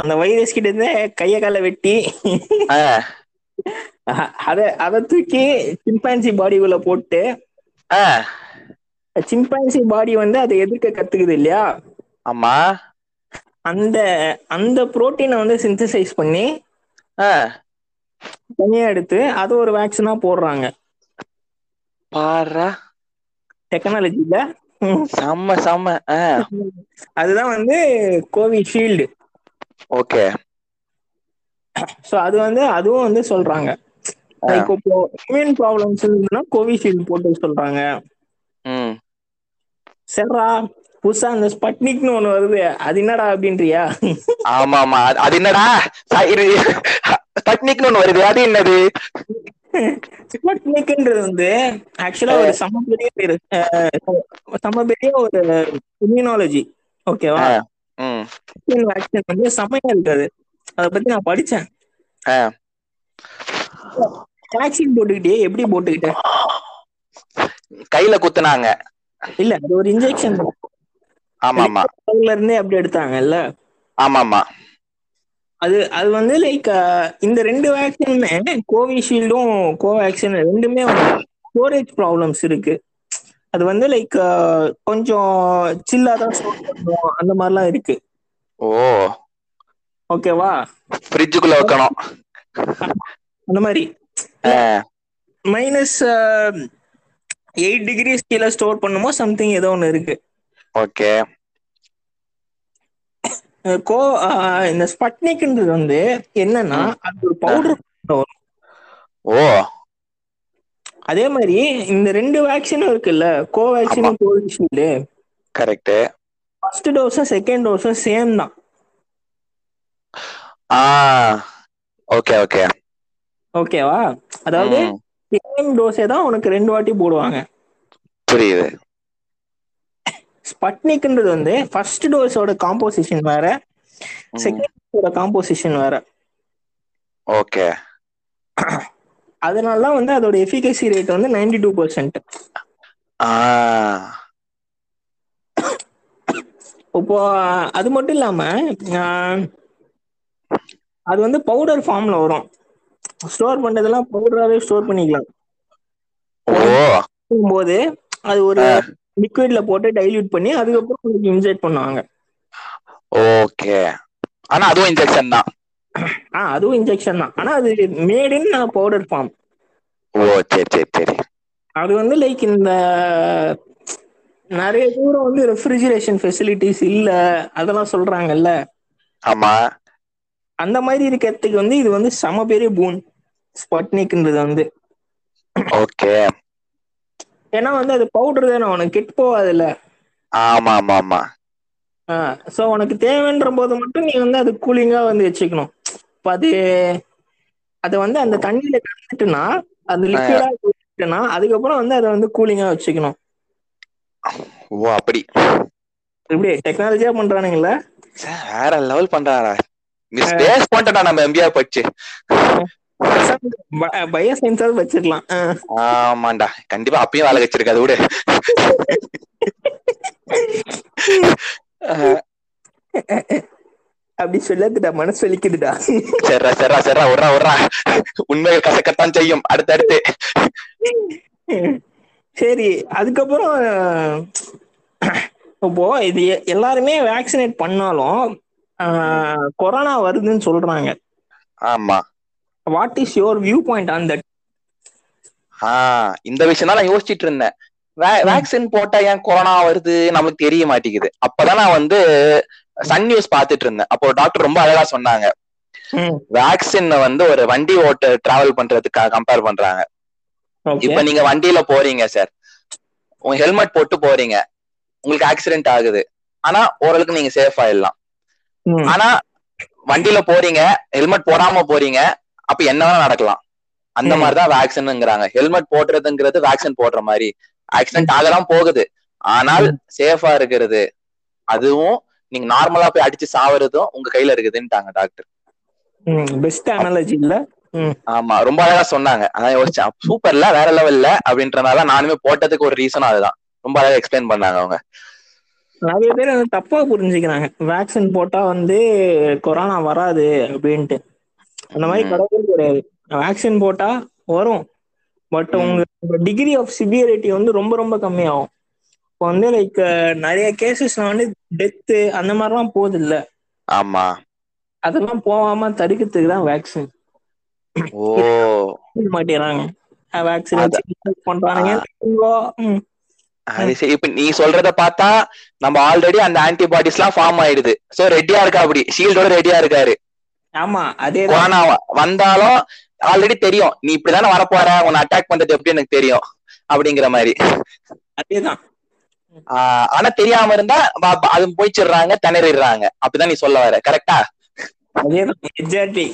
அந்த வைரஸ் கிட்ட இருந்து கைய காலை வெட்டி ஆ, அஹ், அத அத தூக்கி சிம்பான்சி பாடிக்குள்ள போட்டு ஆ, சிம்பான்சி பாடி வந்து அதை எதிர்க்க கத்துக்குது இல்லையா ஆமா அந்த அந்த புரோட்டீனை வந்து சிந்தசைஸ் பண்ணி ஆ, தனியா எடுத்து அது ஒரு வேக்சினா போடுறாங்க பாரா டெக்னாலஜில செம்ம செம்ம ஆ, அதுதான் வந்து கோவிஷீல்டு ஓகே ஸோ அது வந்து அதுவும் வந்து சொல்றாங்க ஆ. லைக் இப்போ இம்யூன் ப்ராப்ளம்ஸ் இருந்ததுன்னா கோவிஷீல்டு போட்டு சொல்றாங்க ம் சரிடா புதுசா அந்த ஸ்பட்னிக்னு ஒண்ணு வருது அது என்னடா அப்படின்றியா ஆமா ஆமா அது- அது என்னடா டெக்னிக்னு ஒண்ணு வருது அது என்னது ஸ்பட்னிக்ன்றது வந்து ஆக்சுவலா ஒரு சமபெரிய பேரு சமபெரிய ஒரு இம்யூனாலஜி ஓகேவா ஆ, ம் வேக்சின் வந்து செமையா இருக்காது அதை பத்தி நான் படிச்சேன் ஆ. வேக்சின் போட்டுக்கிட்டே எப்படி போட்டுக்கிட்டேன் கையில குத்துனாங்க இல்ல அது ஒரு இன்ஜெக்ஷன் ஆமா ஆமா இருந்தே அப்படி எடுத்தாங்கல்ல ஆமா ஆமா அது அது வந்து லைக் இந்த ரெண்டு வேக்சினுமே கோவிஷீல்டும் கோவேக்சின் ரெண்டுமே ஸ்டோரேஜ் ப்ராப்ளம்ஸ் இருக்கு அது வந்து லைக் கொஞ்சம் சில்லா தான் ஸ்டோர் பண்ணும் அந்த மாதிரிலாம் இருக்கு ஓ ஓகேவா ஃப்ரிட்ஜுக்குள்ள வைக்கணும் அந்த மாதிரி ஆ, மைனஸ் எயிட் டிகிரிஸ் கீழே ஸ்டோர் பண்ணுமோ சம்திங் ஏதோ ஒன்று இருக்கு ஓகே இந்த கோ ஆஹ் இந்த ஸ்பட்னிக்ன்றது வந்து என்னன்னா அது ஒரு பவுடர் ஓ அதே மாதிரி இந்த ரெண்டு வேக்சினும் இருக்குல்ல கோவேக்சினும் கோவிஷீல்டு கரெக்ட் ஃபர்ஸ்ட் டோஸும் செகண்ட் டோஸும் சேம் தான் ஆ ஓகே ஓகே ஓகேவா அதாவது சேம் டோஸே தான் உனக்கு ரெண்டு வாட்டி போடுவாங்க புரியுது ஸ்பட்னிக்ன்றது வந்து ஃபர்ஸ்ட் டோஸோட காம்போசிஷன் வேற செகண்ட் டோஸோட காம்போசிஷன் வேற ஓகே அதனால தான் வந்து அதோட எஃபிகசி ரேட் வந்து 92% டூ பர்சன்ட் ஆ இப்போ அது மட்டும் இல்லாம ஆஹ், அது வந்து பவுடர் ஃபார்ம்ல வரும் ஸ்டோர் பண்றதெல்லாம் பவுடராகவே ஸ்டோர் பண்ணிக்கலாம் ஓ போது அது ஒரு ஆ. லிக்விட்ல போட்டு டைல்யூட் பண்ணி அதுக்கப்புறம் உங்களுக்கு இன்ஜெக்ட் பண்ணுவாங்க ஓகே ஆனா அதுவும் இன்ஜெக்ஷன் தான் ஆ அதுவும் இன்ஜெக்ஷன் தான் ஆனா அது மேட் இன் பவுடர் ஃபார்ம் ஓ சரி சரி சரி அது வந்து லைக் இந்த நிறைய தூரம் வந்து ரெஃப்ரிஜரேஷன் ஃபெசிலிட்டிஸ் இல்ல அதெல்லாம் சொல்றாங்கல்ல ஆமா அந்த மாதிரி இருக்கிறதுக்கு வந்து இது வந்து சம பெரிய பூன் ஸ்பாட்னிக்ன்றது வந்து ஓகே ஏன்னா வந்து அது பவுடர் தானே உனக்கு கெட் போகாதுல்ல ஆமா ஆமா ஆமா ஸோ உனக்கு தேவைன்ற போது மட்டும் நீ வந்து அது கூலிங்கா வந்து வச்சுக்கணும் இப்போ அது அது வந்து அந்த தண்ணியில கலந்துட்டுனா அது லிக்விடா கலந்துட்டுனா அதுக்கப்புறம் வந்து அதை வந்து கூலிங்கா வச்சுக்கணும் ஓ அப்படி இப்படி டெக்னாலஜியா பண்றானுங்களே சே, வேற லெவல் பண்றாரா மிஸ் பேஸ் பண்ணிட்டா நம்ம எம்பிஆர் படிச்சு பயோ சயின்ஸாவது வச்சிடலாம் ஆ. ஆமாண்டா கண்டிப்பா அப்பயும் வேலை வச்சிருக்காது விடு அப்படி சொல்லாதுடா மனசு வலிக்குதுடா சரா சரா சரா உர்றா உர்றா உண்மைகள் கசக்கத்தான் செய்யும் அடுத்தடுத்து சரி அதுக்கப்புறம் இப்போ இது எ- எல்லாருமே வேக்சினேட் பண்ணாலும் ஆஹ், கொரோனா வருதுன்னு சொல்றாங்க ஆமா what is your view point on that ஆ இந்த விஷயம் தான் நான் யோசிச்சிட்டு இருந்தேன் வேக்சின் போட்டா ஏன் கொரோனா வருது நமக்கு தெரிய மாட்டேங்குது அப்பதான் நான் வந்து சன் நியூஸ் பாத்துட்டு இருந்தேன் அப்போ டாக்டர் ரொம்ப அழகா சொன்னாங்க வேக்சின் வந்து ஒரு வண்டி ஓட்ட டிராவல் பண்றதுக்காக கம்பேர் பண்றாங்க இப்ப நீங்க வண்டியில போறீங்க சார் உங்க ஹெல்மெட் போட்டு போறீங்க உங்களுக்கு ஆக்சிடென்ட் ஆகுது ஆனா ஓரளவுக்கு நீங்க சேஃப் ஆயிடலாம் ஆனா வண்டியில போறீங்க ஹெல்மெட் போடாம போறீங்க அப்ப என்ன வேணா நடக்கலாம் அந்த ம். மாதிரிதான் வேக்சின்ங்கிறாங்க ஹெல்மெட் போடுறதுங்கிறது வேக்சின் போடுற மாதிரி ஆக்சிடென்ட் ஆகலாம் போகுது ஆனால் சேஃபா இருக்கிறது அதுவும் நீங்க நார்மலா போய் அடிச்சு சாவறதும் உங்க கையில இருக்குதுன்ட்டாங்க டாக்டர் பெஸ்ட் அனாலஜி Hmm, இல்ல ஆமா ரொம்ப அழகா சொன்னாங்க அதான் யோசிச்சேன் சூப்பர்ல வேற லெவல்ல அப்படின்றனால நானுமே போட்டதுக்கு ஒரு ரீசன் அதுதான் ரொம்ப அழகா எக்ஸ்பிளைன் பண்ணாங்க அவங்க நிறைய பேர் வந்து தப்பா புரிஞ்சுக்கிறாங்க வேக்சின் போட்டா வந்து கொரோனா வராது அப்படின்ட்டு அந்த மாதிரி ம். கிடையவே கிடையாது வேக்சின் போட்டா வரும் பட் ம். உங்க டிகிரி ஆஃப் சிவியரிட்டி வந்து ரொம்ப ரொம்ப கம்மியாகும் இப்போ வந்து லைக் நிறைய கேசஸ்லாம் வந்து டெத்து அந்த மாதிரிலாம் போகுது இல்ல ஆமா அதெல்லாம் போகாம தடுக்கிறதுக்கு தான் வேக்சின் ஓ மாட்டேறாங்க அத- வேக்சின் பண்றானுங்க ம், அது சரி இப்ப நீ சொல்றத பார்த்தா நம்ம ஆல்ரெடி அந்த ஆன்டிபாடிஸ் எல்லாம் ஃபார்ம் ஆயிடுது சோ ரெடியா இருக்கா அப்படி ஷீல்டோட ரெடியா இருக்காரு ஆமா அதே தான் கொரோனா வ- வந்தாலும் ஆல்ரெடி தெரியும் நீ இப்படிதானே வரப்போற உன்னை அட்டாக் பண்றது எப்படி எனக்கு தெரியும் அப்படிங்கிற மாதிரி அதே தான் ஆஹ் ஆனா தெரியாம இருந்தா ப- ப- அது போய்ச்சிடுறாங்க திணறிடுறாங்க அப்படிதான் நீ சொல்ல வர கரெக்டா அதே தான் exactly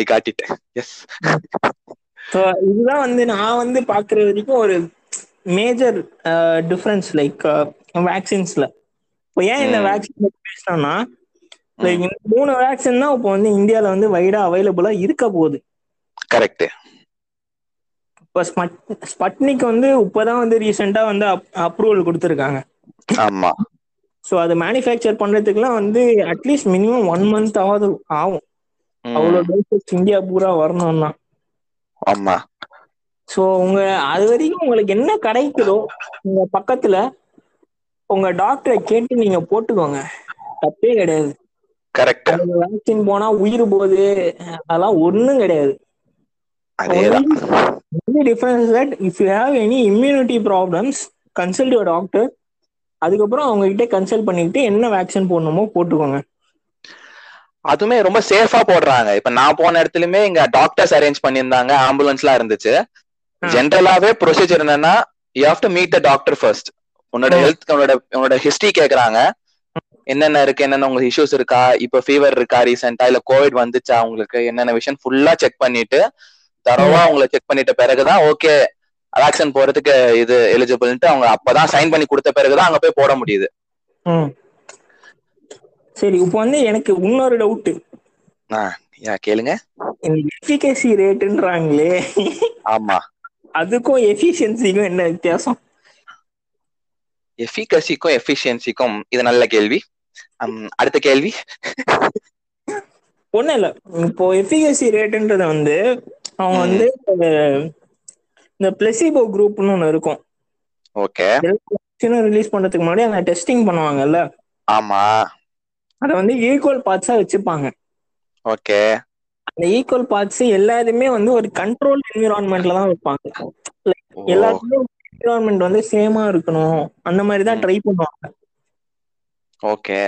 I got it yes so இதுதான் வந்து நான் வந்து பாக்குற வரைக்கும் ஒரு uh, மேஜர் டிஃப்ரென்ஸ் லைக் வேக்சின்ஸ்ல uh, இப்போ ஏன் இந்த ம். வேக்சின் பேசினோம்னா லைக் மூணு வேக்சின் தான் இப்போ வந்து இந்தியாவில் வந்து வைடா அவைலபிளா இருக்க போகுது கரெக்ட் இப்போ ஸ்மட் ஸ்பட்னிக் வந்து இப்போதான் வந்து ரீசெண்டாக வந்து அப்ரூவல் கொடுத்துருக்காங்க ஆமா ஸோ அது மேனுஃபேக்சர் பண்றதுக்குலாம் வந்து அட்லீஸ்ட் மினிமம் ஒன் மந்த் ஆகுது ஆகும் ம், அவ்வளோ டோசஸ் இந்தியா பூரா வரணும்னா ஆமா ஸோ உங்க அது வரைக்கும் உங்களுக்கு என்ன கிடைக்குதோ உங்க பக்கத்துல உங்க டாக்டரை கேட்டு நீங்க போட்டுக்கோங்க தப்பே கிடையாது கரெக்ட் வேக்சின் போனா உயிர் போகுது அதெல்லாம் ஒன்றும் கிடையாது அதேதான் difference that if you have any immunity problems consult your doctor அதுக்கப்புறம் அவங்க கிட்ட கன்சல்ட் பண்ணிக்கிட்டு என்ன வேக்சின் போடணுமோ போட்டுக்கோங்க அதுமே ரொம்ப சேஃபா போடுறாங்க இப்ப நான் போன இடத்துலயுமே இங்க டாக்டர்ஸ் அரேஞ்ச் பண்ணியிருந்தாங்க ஆம்புலன்ஸ் எல்லாம் இருந்துச்சு ஆ. ஜென்ரலாவே ப்ரொசீஜர் என்னன்னா you have to meet the doctor first உன்னோட ம். ஹெல்த் உன்னோட உன்னோட ஹிஸ்டரி கேக்குறாங்க என்னென்ன இருக்கு என்னென்ன உங்களுக்கு இஷ்யூஸ் இருக்கா இப்ப ஃபீவர் இருக்கா ரீசெண்டா இல்ல கோவிட் வந்துச்சா உங்களுக்கு என்னென்ன விஷயம் ஃபுல்லா செக் பண்ணிட்டு தரவா உங்களை செக் பண்ணிட்ட பிறகுதான் ஓகே வேக்சின் போறதுக்கு இது எலிஜிபிள்ன்ட்டு அவங்க அப்பதான் சைன் பண்ணி கொடுத்த பிறகுதான் அங்க போய் போட முடியுது ம் சரி இப்போ வந்து எனக்கு இன்னொரு டவுட்டு யா கேளுங்க இந்த எஃபிகசி ரேட்டுன்றாங்களே ஆமா அதுக்கும் எஃபிஷியன்சிக்கும் என்ன வித்தியாசம் எஃபிகசிக்கும் எஃபிஷியன்சிக்கும் இது நல்ல கேள்வி ஹம், அடுத்த கேள்வி ஒண்ணும் இல்ல இப்போ எஃபிகசி ரேட்டுன்றத வந்து அவங்க ம். வந்து அஹ், இந்த பிளெசிபோ குரூப்னு ஒன்று இருக்கும் ஓகே ரிலீஸ் பண்றதுக்கு முன்னாடி அந்த டெஸ்டிங் பண்ணுவாங்கல்ல ஆமா அதை வந்து ஈக்குவல் பார்ட்ஸா வச்சுப்பாங்க ஓகே அந்த ஈக்குவல் பார்ட்ஸ் எல்லாத்தையுமே வந்து ஒரு கண்ட்ரோல் என்விரான்மெண்ட்ல தான் வைப்பாங்க ஓ, எல்லாருக்குமே என்விரான்மெண்ட் வந்து சேமா இருக்கணும் அந்த மாதிரி தான் ம். ட்ரை பண்ணுவாங்க ஓகே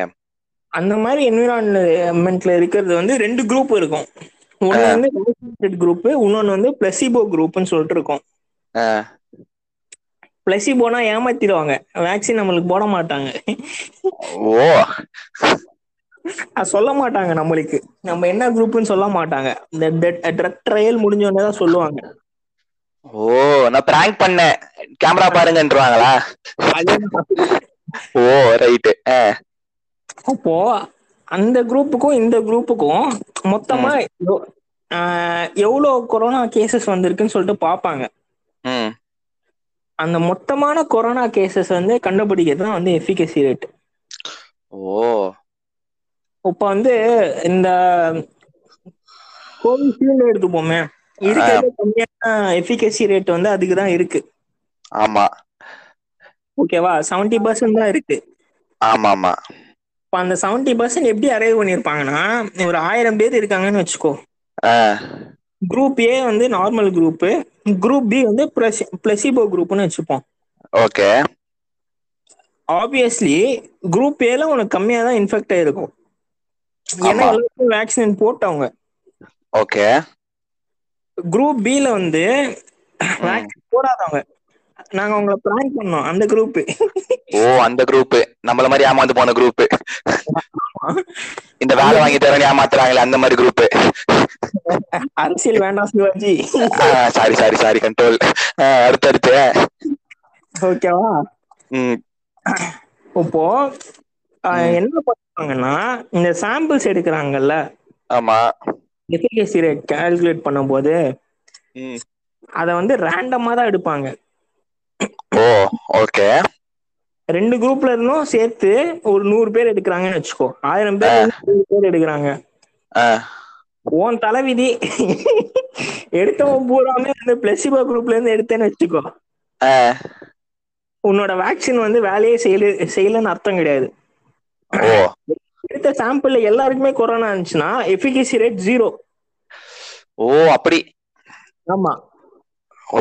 அந்த மாதிரி என்விரான்மெண்ட்ல இருக்கிறது வந்து ரெண்டு குரூப் இருக்கும் ஒன்னு ஆ. வந்து vaccinated group இன்னொன்னு வந்து பிளசிபோ குரூப்னு சொல்லிட்டு இருக்கும் ஆ, பிளசிபோனா ஏமாத்திடுவாங்க வேக்சின் நம்மளுக்கு போட மாட்டாங்க ஓ அது சொல்ல மாட்டாங்க நம்மளுக்கு நம்ம என்ன குரூப்னு சொல்ல மாட்டாங்க இந்த ட்ரக் ட்ரையல் முடிஞ்ச உடனே தான் சொல்லுவாங்க ஓ நான் பிராங்க் பண்ணேன் கேமரா பாருங்கன்றாங்களா ஓ ரைட் அப்போ அந்த குரூப்புக்கும் இந்த குரூப்புக்கும் மொத்தமா எவ்வ- ஆஹ் எவ்வளவு கொரோனா கேசஸ் வந்திருக்குன்னு சொல்லிட்டு பார்ப்பாங்க ம் அந்த மொத்தமான கொரோனா கேசஸ் வந்து கண்டுபிடிக்கிறது தான் வந்து எஃபிகசி ரேட் ஓ இப்போ வந்து இந்த கோவிஷீல்டு எடுத்துப்போமே இருக்கிறது கம்மியான எஃபிகசி ரேட் வந்து அதுக்கு தான் இருக்கு ஆமா ஓகேவா செவன்டி பர்சன்ட் தான் இருக்கு ஆமா ஆமா இப்போ அந்த செவன்டி பர்சன்ட் எப்படி அரைவ் பண்ணியிருப்பாங்கன்னா ஒரு ஆயிரம் பேர் இருக்காங்கன்னு வச்சுக்கோ ஆ, குரூப் ஏ வந்து நார்மல் குரூப்பு குரூப் பி வந்து பிளசிபோ குரூப்னு வச்சுப்போம் ஓகே ஆப்வியஸ்லி குரூப் ஏல உனக்கு கம்மியாக தான் இன்ஃபெக்ட் ஆயிருக்கும் ஏன்னா ஆமா. எல்லாருக்கும் வேக்சின் போட்டவங்க ஓகே குரூப் பில வந்து ம். வேக்சின் போடாதவங்க நாங்கள் உங்களை பிளான் பண்ணோம் அந்த குரூப்பு ஓ அந்த குரூப் நம்மள மாதிரி ஏமாந்து போன குரூப் இந்த வேலை வாங்கி தரேன்னு ஏமாத்துறாங்களே அந்த மாதிரி குரூப் அரசியல் வேண்டாம் Shivaji sorry sorry sorry control அடுத்து அடுத்து ஓகேவா ம் இப்போ ஆஹ், ம். என்ன பண்ணுவாங்கன்னா இந்த சாம்பிள்ஸ் எடுக்கிறாங்கல்ல ஆமா எஃபிகசி ரேட் கால்குலேட் பண்ணும்போது ம் அதை வந்து ரேண்டமாக தான் எடுப்பாங்க ஓ ஓகே ரெண்டு குரூப்ல இருந்தும் சேர்த்து ஒரு நூறு பேர் எடுக்கிறாங்கன்னு வச்சுக்கோ ஆயிரம் பேர் இருந்து நூறு பேர் எடுக்கிறாங்க ஆ உன் தலைவிதி எடுத்தவன் பூராமே இந்த பிளஸிபோ குரூப்ல இருந்து எடுத்தேன்னு வச்சுக்கோ ஆ, உன்னோட வேக்சின் வந்து வேலையே செய்யல செய்யலன்னு அர்த்தம் கிடையாது ஓ எடுத்த சாம்பிள்ல எல்லாருக்குமே கொரோனா இருந்துச்சுன்னா எஃபிகசி ரேட் ஜீரோ ஓ அப்படி ஆமா ஓ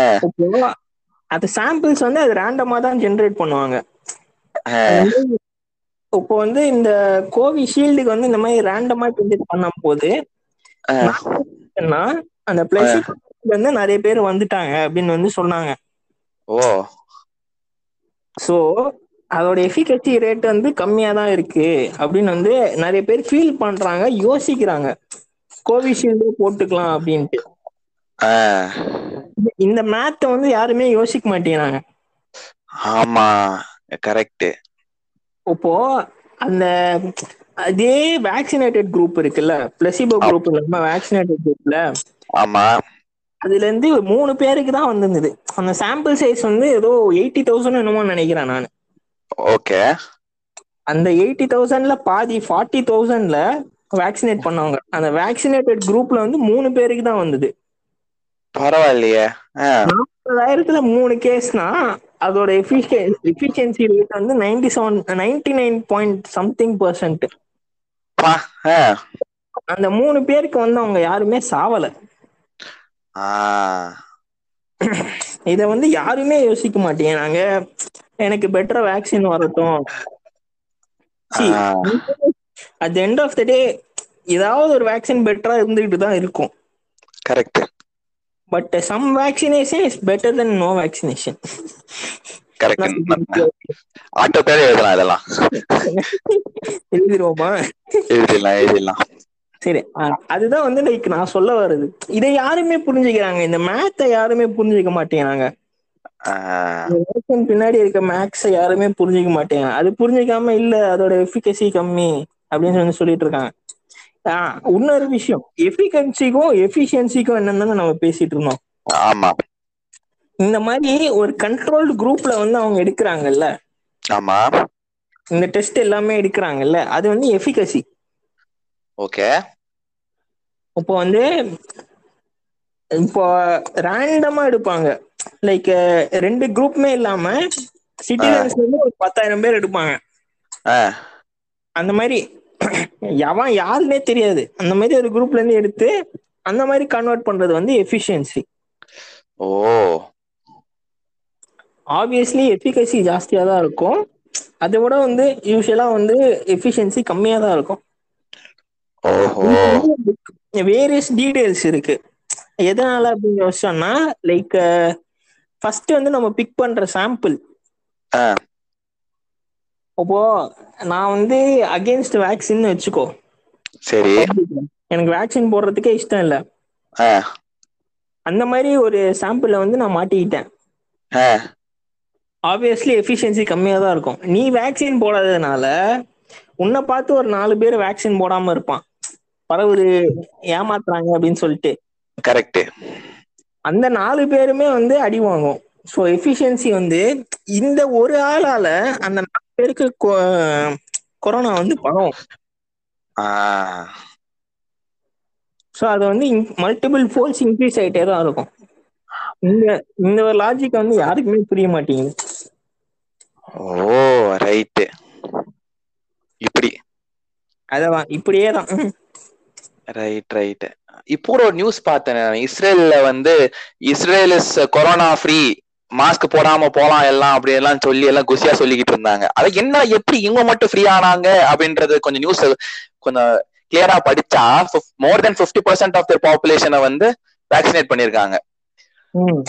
ஆ, இப்போ அது சாம்பிள்ஸ் வந்து அது ரேண்டமா தான் ஜென்ரேட் பண்ணுவாங்க ஆ, அது வந்து இப்போ வந்து இந்த கோவிஷீல்டுக்கு வந்து இந்த மாதிரி ரேண்டமா ஜென்ரேட் பண்ணும் போது ஆ. என்னன்னா அந்த பிளஸிபோ வந்து நிறைய பேர் வந்துட்டாங்க அப்படின்னு வந்து சொன்னாங்க ஓ ஸோ அதோட எஃபிகசி ரேட் வந்து கம்மியாக தான் இருக்கு அப்படின்னு வந்து நிறைய பேர் ஃபீல் பண்றாங்க யோசிக்கிறாங்க கோவிஷீல்டு போட்டுக்கலாம் அப்படின்ட்டு ஆ, இந்த மேத்தை வந்து யாருமே யோசிக்க மாட்டேங்கிறாங்க ஆமா கரெக்ட் இப்போ அந்த அதே வேக்சினேட்டட் குரூப் இருக்குல்ல பிளசிபோ குரூப் இல்லாம வேக்சினேட்டட் குரூப்ல ஆமா அதுல இருந்து மூணு பேருக்கு தான் வந்திருந்தது அந்த சாம்பிள் சைஸ் வந்து ஏதோ எயிட்டி தௌசண்ட் என்னமோ நினைக்கிறேன் நான் ஓகே அந்த எயிட்டி தௌசண்ட்ல பாதி ஃபார்ட்டி தௌசண்ட்ல வேக்சினேட் பண்ணவங்க அந்த வேக்சினேட்டட் குரூப்ல வந்து மூணு பேருக்கு தான் வந்தது பரவாயில்லையே ஆ, ஆயிரத்துல மூணு கேஸ்னா அதோட எஃபிஷியன்சி ரேட் வந்து ninety seven ninety nine point something percent பா, ஆ. அந்த மூணு பேருக்கு வந்து அவங்க யாருமே சாவல ஆ, இதை வந்து யாருமே யோசிக்க மாட்டேங்கிறாங்க எனக்கு பெட்டர் வேக்சின் வரட்டும் See, at the end of the day ஏதாவது ஒரு வேக்சின் பெட்டரா இருந்துகிட்டு தான் இருக்கும் correct but some vaccination is better then no vaccination correct auto பேர் எழுதலாம் இதெல்லாம் எழுதிருவோமா எழுதிடலாம் எழுதிடலாம் சரி அ- அதுதான் வந்து லைக் நான் சொல்ல வர்றது இதை யாருமே புரிஞ்சுக்கிறாங்க இந்த மேத்தை யாருமே புரிஞ்சுக்க மாட்டேங்கிறாங்க ஆஹ், இந்த vaccine பின்னாடி இருக்க மேக்ஸை யாருமே புரிஞ்சுக்க மாட்டேங்கிறாங்க அது புரிஞ்சுக்காம இல்ல அதோட எஃபிகசி கம்மி அப்படின்னு சொல்லி சொல்லிட்டு இருக்காங்க ஆஹ் இன்னொரு விஷயம் எஃபிகன்சிக்கும் எஃபிஷியன்சிக்கும் என்னன்னு நம்ம பேசிட்டு இருந்தோம் ஆமா இந்த மாதிரி ஒரு கண்ட்ரோல்டு குரூப்ல வந்து அவங்க எடுக்கிறாங்கல்ல ஆமா இந்த டெஸ்ட் எல்லாமே எடுக்கிறாங்கல்ல அது வந்து எஃபிகசி ஓகே இப்போ வந்து இப்போ ரேண்டமா எடுப்பாங்க லைக் ரெண்டு குரூப்மே இல்லாம சிட்டிசன்ஸ் வந்து ஒரு பத்தாயிரம் பேர் எடுப்பாங்க அந்த மாதிரி எவன் யாருன்னே தெரியாது அந்த மாதிரி ஒரு குரூப்ல இருந்து எடுத்து அந்த மாதிரி கன்வெர்ட் பண்றது வந்து எஃபிஷியன்சி ஓ ஆப்வியஸ்லி எஃபிகசி ஜாஸ்தியா தான் இருக்கும் அதை விட வந்து யூஸ்வலா வந்து எஃபிஷியன்சி கம்மியா தான் இருக்கும் ஓஹோ வேரியஸ் டீடைல்ஸ் இருக்கு எதனால அப்படின்னு யோசிச்சோம்னா லைக் ஃபர்ஸ்ட் வந்து நம்ம பிக் பண்ற சாம்பிள் ஆ. அப்போ நான் வந்து அகேன்ஸ்ட் வேக்சின் வச்சுக்கோ சரி எனக்கு வேக்சின் போடுறதுக்கே இஷ்டம் இல்ல ஆ, அந்த மாதிரி ஒரு சாம்பிள்ல வந்து நான் மாட்டிக்கிட்டேன் ஆ, ஆப்வியஸ்லி எஃபிஷியன்சி கம்மியாக தான் இருக்கும் நீ வேக்சின் போடாததுனால உன்னை பார்த்து ஒரு நாலு பேர் வேக்சின் போடாம இருப்பான் பரவுது ஏமாத்துறாங்க அப்படின்னு சொல்லிட்டு கரெக்ட் அந்த நாலு பேருமே வந்து அடி வாங்கும் ஸோ எஃபிஷியன்சி வந்து இந்த ஒரு ஆளால அந்த நாலு பேருக்கு கொ- கொரோனா வந்து பரவும் ஆ, ஸோ அது வந்து மல்டிபிள் ஃபோல்ஸ் இன்க்ரீஸ் ஆகிட்டே தான் இருக்கும் இந்த இந்த ஒரு லாஜிக் வந்து யாருக்குமே புரிய மாட்டேங்குது ஓ ரைட் இப்படி அதான் இப்படியே தான் ரைட் ரைட் இப்போ ஒரு நியூஸ் பார்த்தேன் நான். இஸ்ரேல்ல வந்து Israel is corona free mask போடாம போலாம் எல்லாம் அப்படி எல்லாம் சொல்லி எல்லாம் குசியா சொல்லிக்கிட்டு இருந்தாங்க அது என்ன எப்படி இவங்க மட்டும் ஃப்ரீ ஆனாங்க அப்படின்றது கொஞ்சம் நியூஸ் கொஞ்சம் கிளியரா படிச்சா more then 50% percent of their பாப்புலேஷனை வந்து வேக்சினேட் பண்ணிருக்காங்க ம்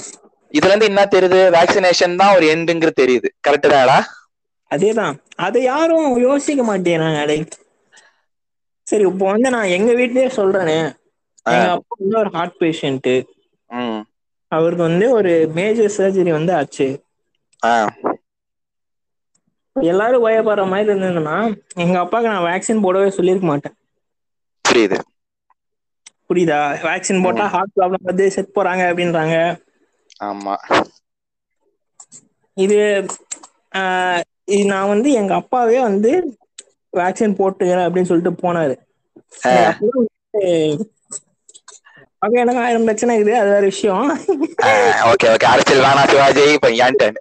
இதுல இருந்து என்ன தெரியுது வேக்சினேஷன் தான் ஒரு எண்டுங்கிறது தெரியுது கரெக்ட் தான்டா அதேதான் அதை யாரும் யோசிக்க மாட்டேங்கிறாங்க லைக் சரி இப்போ வந்து நான் எங்க வீட்லயே சொல்றேனே ஆ. எங்க அப்பா வந்து ஒரு ஹார்ட் பேஷண்ட் ம் அவருக்கு வந்து ஒரு மேஜர் சர்ஜரி வந்து ஆச்சு ஆ எல்லாரும் பயப்படுற மாதிரி இருந்ததுன்னா எங்க அப்பாவுக்கு நான் வேக்சின் போடவே சொல்லியிருக்க மாட்டேன் புரியுது புரியுதா வேக்சின் போட்டா ஹார்ட் ப்ராப்ளம் வந்து செட் போறாங்க அப்படின்றாங்க ஆமா இது ஆஹ், இது நான் வந்து எங்க அப்பாவே வந்து வேக்சின் போட்டுக்கிறேன் அப்படின்னு சொல்லிட்டு போனாரு ஆ. எங்க அப்பா வந்து, "அப்பா, எனக்கு ஆயிரம் பிரச்சனை இருக்குது அது வேற விஷயம் ஓகே ஓகே அரசியல் வேணா சிவாஜி இப்ப ஏன் turn.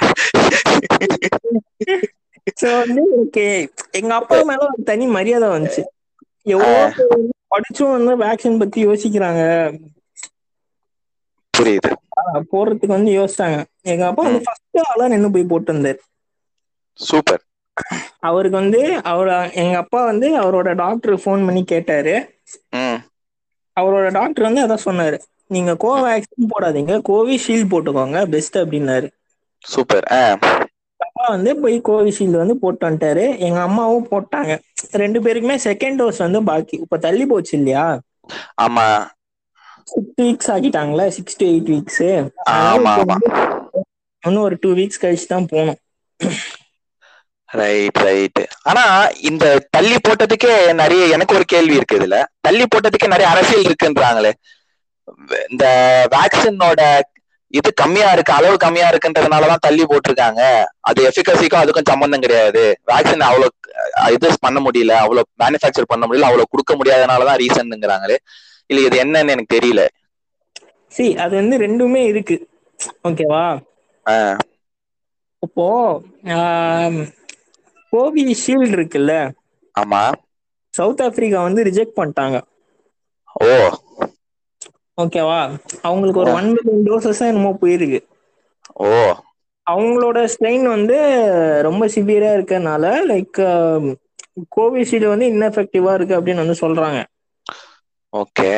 சோ வந்து எனக்கு எங்க அப்பா மேல ஒரு தனி மரியாதை வந்துச்சு எவ்வளோ பேர் வந்து படிச்சும் வந்து வேக்சின் பத்தி யோசிக்கிறாங்க புரியுது ஆஹ் போடுறதுக்கு வந்து யோசிச்சாங்க எங்க அப்பா வந்து ஃபர்ஸ்ட் ஆளா நின்னு போய் போட்டிருந்தாரு சூப்பர் அவருக்கு வந்து அவர் எங்க அப்பா வந்து அவரோட டாக்டர் ஃபோன் பண்ணி கேட்டாரு ம் அவரோட டாக்டர் வந்து அதான் சொன்னாரு நீங்க கோவேக்சின் போடாதீங்க கோவிஷீல்டு போட்டுக்கோங்க பெஸ்ட் அப்படின்னாரு சூப்பர் ஆ அப்பா வந்து போய் கோவிஷீல்டு வந்து போட்டு வந்துட்டாரு எங்க அம்மாவும் போட்டாங்க ரெண்டு பேருக்குமே செகண்ட் டோஸ் வந்து பாக்கி இப்ப தள்ளி போச்சு இல்லையா ஆமா சிக்ஸ் வீக்ஸ் ஆக்கிட்டாங்களா சிக்ஸ் டு எயிட் வீக்ஸ் ஆமா ஆமா இன்னும் ஒரு டூ வீக்ஸ் கழிச்சு தான் போகணும் ரைட் ரைட் ஆனா இந்த தள்ளி போட்டதுக்கே நிறைய எனக்கு ஒரு கேள்வி இருக்கு இதுல தள்ளி போட்டதுக்கே நிறைய அரசியல் இருக்குன்றாங்களே வே- இந்த வேக்சினோட இது கம்மியா இருக்கு அளவு கம்மியா இருக்குன்றதுனாலதான் தள்ளி போட்டிருக்காங்க அது எஃபிகசிக்கும் அதுக்கும் சம்பந்தம் கிடையாது வேக்சின் அவ்வளவு அஹ், இது பண்ண முடியல அவ்வளவு மேனுஃபேக்சர் பண்ண முடியல அவ்வளவு கொடுக்க முடியாதனாலதான் ரீசன்ங்கிறாங்களே இல்ல இது என்னன்னு எனக்கு தெரியல சரி அது வந்து ரெண்டுமே இருக்கு ஓகேவா ஆஹ் இப்போ கோவிஷீல்டு இருக்குல்ல ஆமா சவுத் ஆப்பிரிக்கா வந்து ரிஜெக்ட் பண்ணிட்டாங்க ஓ ஓகேவா அவங்களுக்கு ஒரு ஒன் மில்லியன் டோசஸ் என்னமோ போயிருக்கு ஓ அவங்களோட ஸ்ட்ரெயின் வந்து ரொம்ப சிவியரா இருக்கறனால லைக் கோவிஷீல்டு um, வந்து இன்எஃபெக்டிவா இருக்கு அப்படின்னு வந்து சொல்றாங்க ஓகே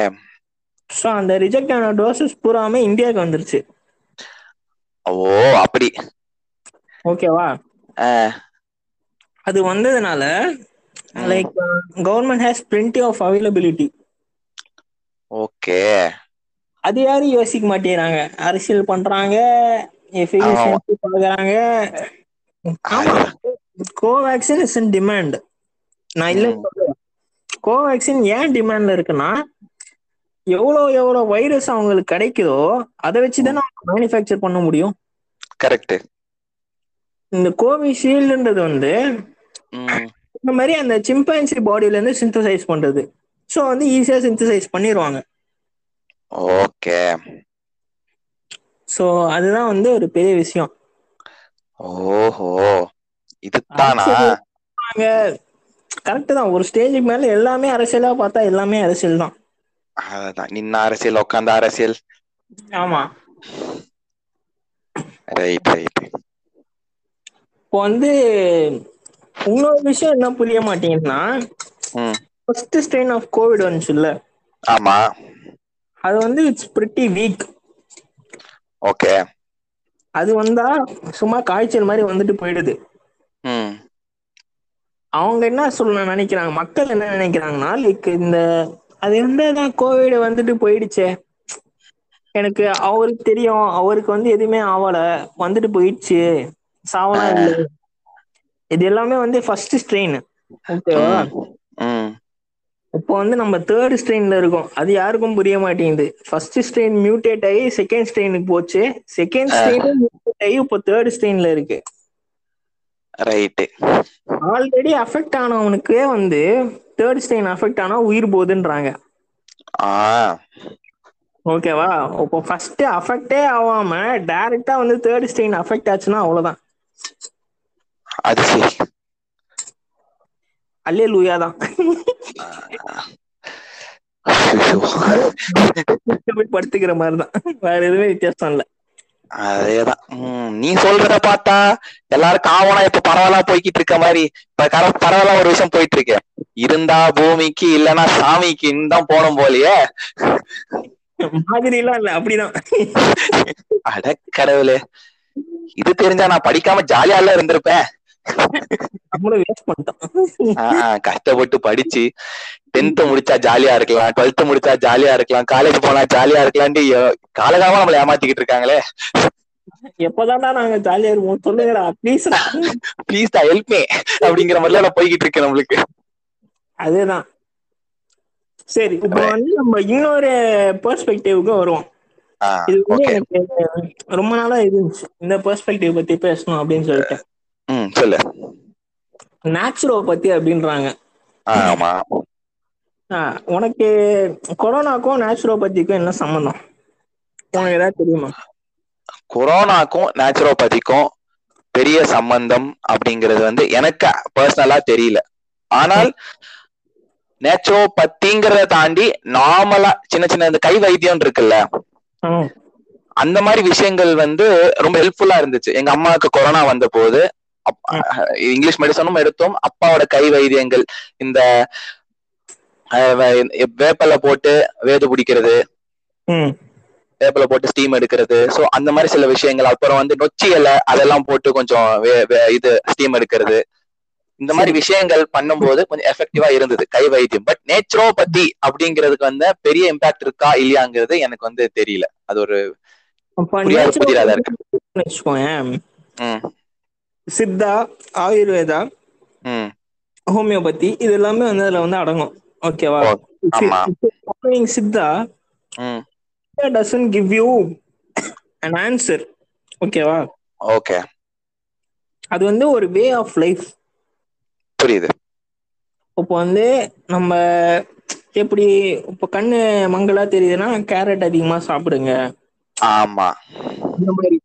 ஸோ அந்த ரிஜெக்ட் ஆன டோசஸ் பூராமே இந்தியாவுக்கு வந்துருச்சு ஓ அப்படி ஓகேவா அஹ், அது வந்ததுனால like government has plenty of availability okay அது யாரும் யோசிக்க மாட்டேங்கிறாங்க அரசியல் பண்றாங்க எஃபிகசி பாக்குறாங்க ஆமா கோவேக்சின் இஸ் இன் டிமாண்ட் நான் இல்ல ம். கோவேக்சின் ஏன் டிமாண்ட்ல இருக்குன்னா எவ்வளோ எவ்வளோ வைரஸ் அவங்களுக்கு கிடைக்குதோ அதை வச்சு தானே அவங்க மேனுஃபேக்சர் பண்ண முடியும் கரெக்ட் இந்த கோவிஷீல்டுன்றது வந்து இந்த மாதிரி அந்த சிம்பன்சி பாடியில இருந்து சிந்தசைஸ் பண்றது ஸோ வந்து ஈஸியா சிந்தசைஸ் பண்ணிடுவாங்க ஓகே ஸோ அதுதான் வந்து ஒரு பெரிய விஷயம் ஓஹோ இதுதானா அரசியல் நாங்க கரெக்ட் தான் ஒரு ஸ்டேஜுக்கு மேல எல்லாமே அரசியலா பார்த்தா எல்லாமே அரசியல் தான் அதான் நின்ன அரசியல் உட்காந்த அரசியல் ஆமா ரைட் ரைட் இப்போ வந்து இன்னொரு விஷயம் என்ன புரிய மாட்டேங்குதுன்னா ம் ஃபர்ஸ்ட் ஸ்ட்ரெயின் ஆஃப் கோவிட் வந்துச்சுல்ல ஆமா அது வந்து இட்ஸ் பிரிட்டி வீக் ஓகே அது வந்தா சும்மா காய்ச்சல் மாதிரி வந்துட்டு போயிடுது ம் அவங்க என்ன சொல்ல நினைக்கிறாங்க மக்கள் என்ன நினைக்கிறாங்கன்னா லைக் இந்த அது என்னதான் கோவிட் வந்துட்டு போயிடுச்சே எனக்கு அவருக்கு தெரியும் அவருக்கு வந்து எதுவுமே ஆவல வந்துட்டு போயிடுச்சு சாவலாம் இல்லை இது எல்லாமே வந்து ஃபர்ஸ்ட் ஸ்ட்ரெயின் ஓகேவா ம் இப்போ வந்து நம்ம தேர்ட் ஸ்ட்ரெயின்ல இருக்கோம் அது யாருக்கும் புரிய மாட்டேங்குது ஃபர்ஸ்ட் ஸ்ட்ரெயின் மியூட்டேட் ஆகி செகண்ட் ஸ்ட்ரெயினுக்கு போச்சு செகண்ட் ஸ்ட்ரெயின் மியூட்டேட் ஆகி இப்போ தேர்ட் ஸ்ட்ரெயின்ல இருக்கு ரைட் ஆல்ரெடி அஃபெக்ட் ஆனவனுக்கே வந்து தேர்ட் ஸ்ட்ரெயின் அஃபெக்ட் ஆனா உயிர் போகுதுன்றாங்க ஆ ஓகேவா இப்போ ஃபர்ஸ்ட் அஃபெக்டே ஆகாம டைரக்டா வந்து தேர்ட் ஸ்ட்ரெயின் அஃபெக்ட் ஆச்சுன்னா அவ்வளவுதான் அது சரி அல்லே லூயா தான் ஐயோ. போய் படுத்துக்கிற மாதிரி தான் வேற எதுவுமே வித்தியாசம் இல்லை அதேதான் ம், நீ சொல்றத பார்த்தா எல்லாரும் காவனா இப்ப பரவலா போய்கிட்டு இருக்க மாதிரி இப்ப கர- பரவலா ஒரு விஷயம் போயிட்டு இருக்கு இருந்தா பூமிக்கு இல்லனா சாமிக்குன்னு தான் போனோம் போலயே மாதிரி எல்லாம் இல்ல அப்படிதான் அட கடவுளே இது தெரிஞ்சா நான் படிக்காம ஜாலியால இருந்திருப்பேன் நம்மளும் வேஸ்ட் பண்ணிட்டோம் ஆ, ஆ, கஷ்டப்பட்டு படிச்சு டென்த் முடிச்சா ஜாலியா இருக்கலாம் டுவெல்த் முடிச்சா ஜாலியா இருக்கலாம் காலேஜ் போனா ஜாலியா இருக்கலாம்னு எ- காலகாலமா நம்மள ஏமாத்திக்கிட்டு இருக்காங்களே எப்பதான்டா நாங்க ஜாலியா இருப்போம் சொல்லுங்கடா ப்ளீஸ் ப்ளீஸ் தான் ஹெல்ப் மீ அப்படிங்கிற மாதிரிலாம் நான் போய்கிட்டு இருக்கேன் நம்மளுக்கு அதேதான் சரி இப்போ வந்து நம்ம இன்னொரு பெர்ஸ்பெக்டிவ்க்கு வருவோம் ஆ, இது வந்து ஓகே எனக்கு ரொம்ப நாளா இருந்துச்சு இந்த பெர்ஸ்பெக்டிவ் பத்தி பேசணும் அப்படின்னு சொல்லிட்டு ம் சொல்லு நேச்சுரோ பத்தி அப்படின்றாங்க ஆ, ஆமா ஆ, உனக்கு கொரோனாக்கும் நேச்சுரோபதிக்கும் என்ன சம்பந்தம் உனக்கு ஏதாவது தெரியுமா கொரோனாக்கும் நேச்சுரோபதிக்கும் பெரிய சம்பந்தம் அப்படிங்கிறது வந்து எனக்கு பர்சனலா தெரியல ஆனால் நேச்சுரோபதிங்கிறத தாண்டி நார்மலா சின்ன சின்ன இந்த கை வைத்தியம் இருக்குல்ல அந்த மாதிரி விஷயங்கள் வந்து ரொம்ப ஹெல்ப்ஃபுல்லா இருந்துச்சு எங்க அம்மாவுக்கு கொரோனா வந்த போது அப்- இங்கிலீஷ் மெடிசனும் எடுத்தோம் அப்பாவோட கை வைத்தியங்கள் இந்த அஹ், வே- வேப்பலை போட்டு வேது பிடிக்கிறது ம் வேப்பில போட்டு ஸ்டீம் எடுக்கிறது சோ அந்த மாதிரி சில விஷயங்கள் அப்புறம் வந்து நொச்சி இலை அதெல்லாம் போட்டு கொஞ்சம் வே- வே- இது ஸ்டீம் எடுக்கிறது இந்த மாதிரி விஷயங்கள் பண்ணும்போது கொஞ்சம் எஃபெக்டிவா இருந்தது கை வைத்தியம் பட் நேச்சுரோபதி அப்படிங்கிறதுக்கு வந்து பெரிய இம்பாக்ட் இருக்கா இல்லையாங்கிறது எனக்கு வந்து தெரியல அது ஒரு அப்ப புரியாத புதிராதா இருக்கு. naturopathy-ன்னு வச்சுக்கோயேன் ம், சித்தா ஆயுர்வேதா ம், ஹோமியோபதி இது எல்லாமே வந்து அதுல வந்து அடங்கும் ஓகேவா ஓ, ஆமா. ஃபாலோயிங் சித்தா ம். Doesn't give you an answer ஓகேவா ஓகே அது வந்து ஒரு வே ஆஃப் லைஃப் புரியுது இப்போ வந்து நம்ம எப்படி இப்போ கண்ணு மங்களா தெரியுதுன்னா கேரட் அதிகமா சாப்பிடுங்க ஆமா இந்த மாதிரி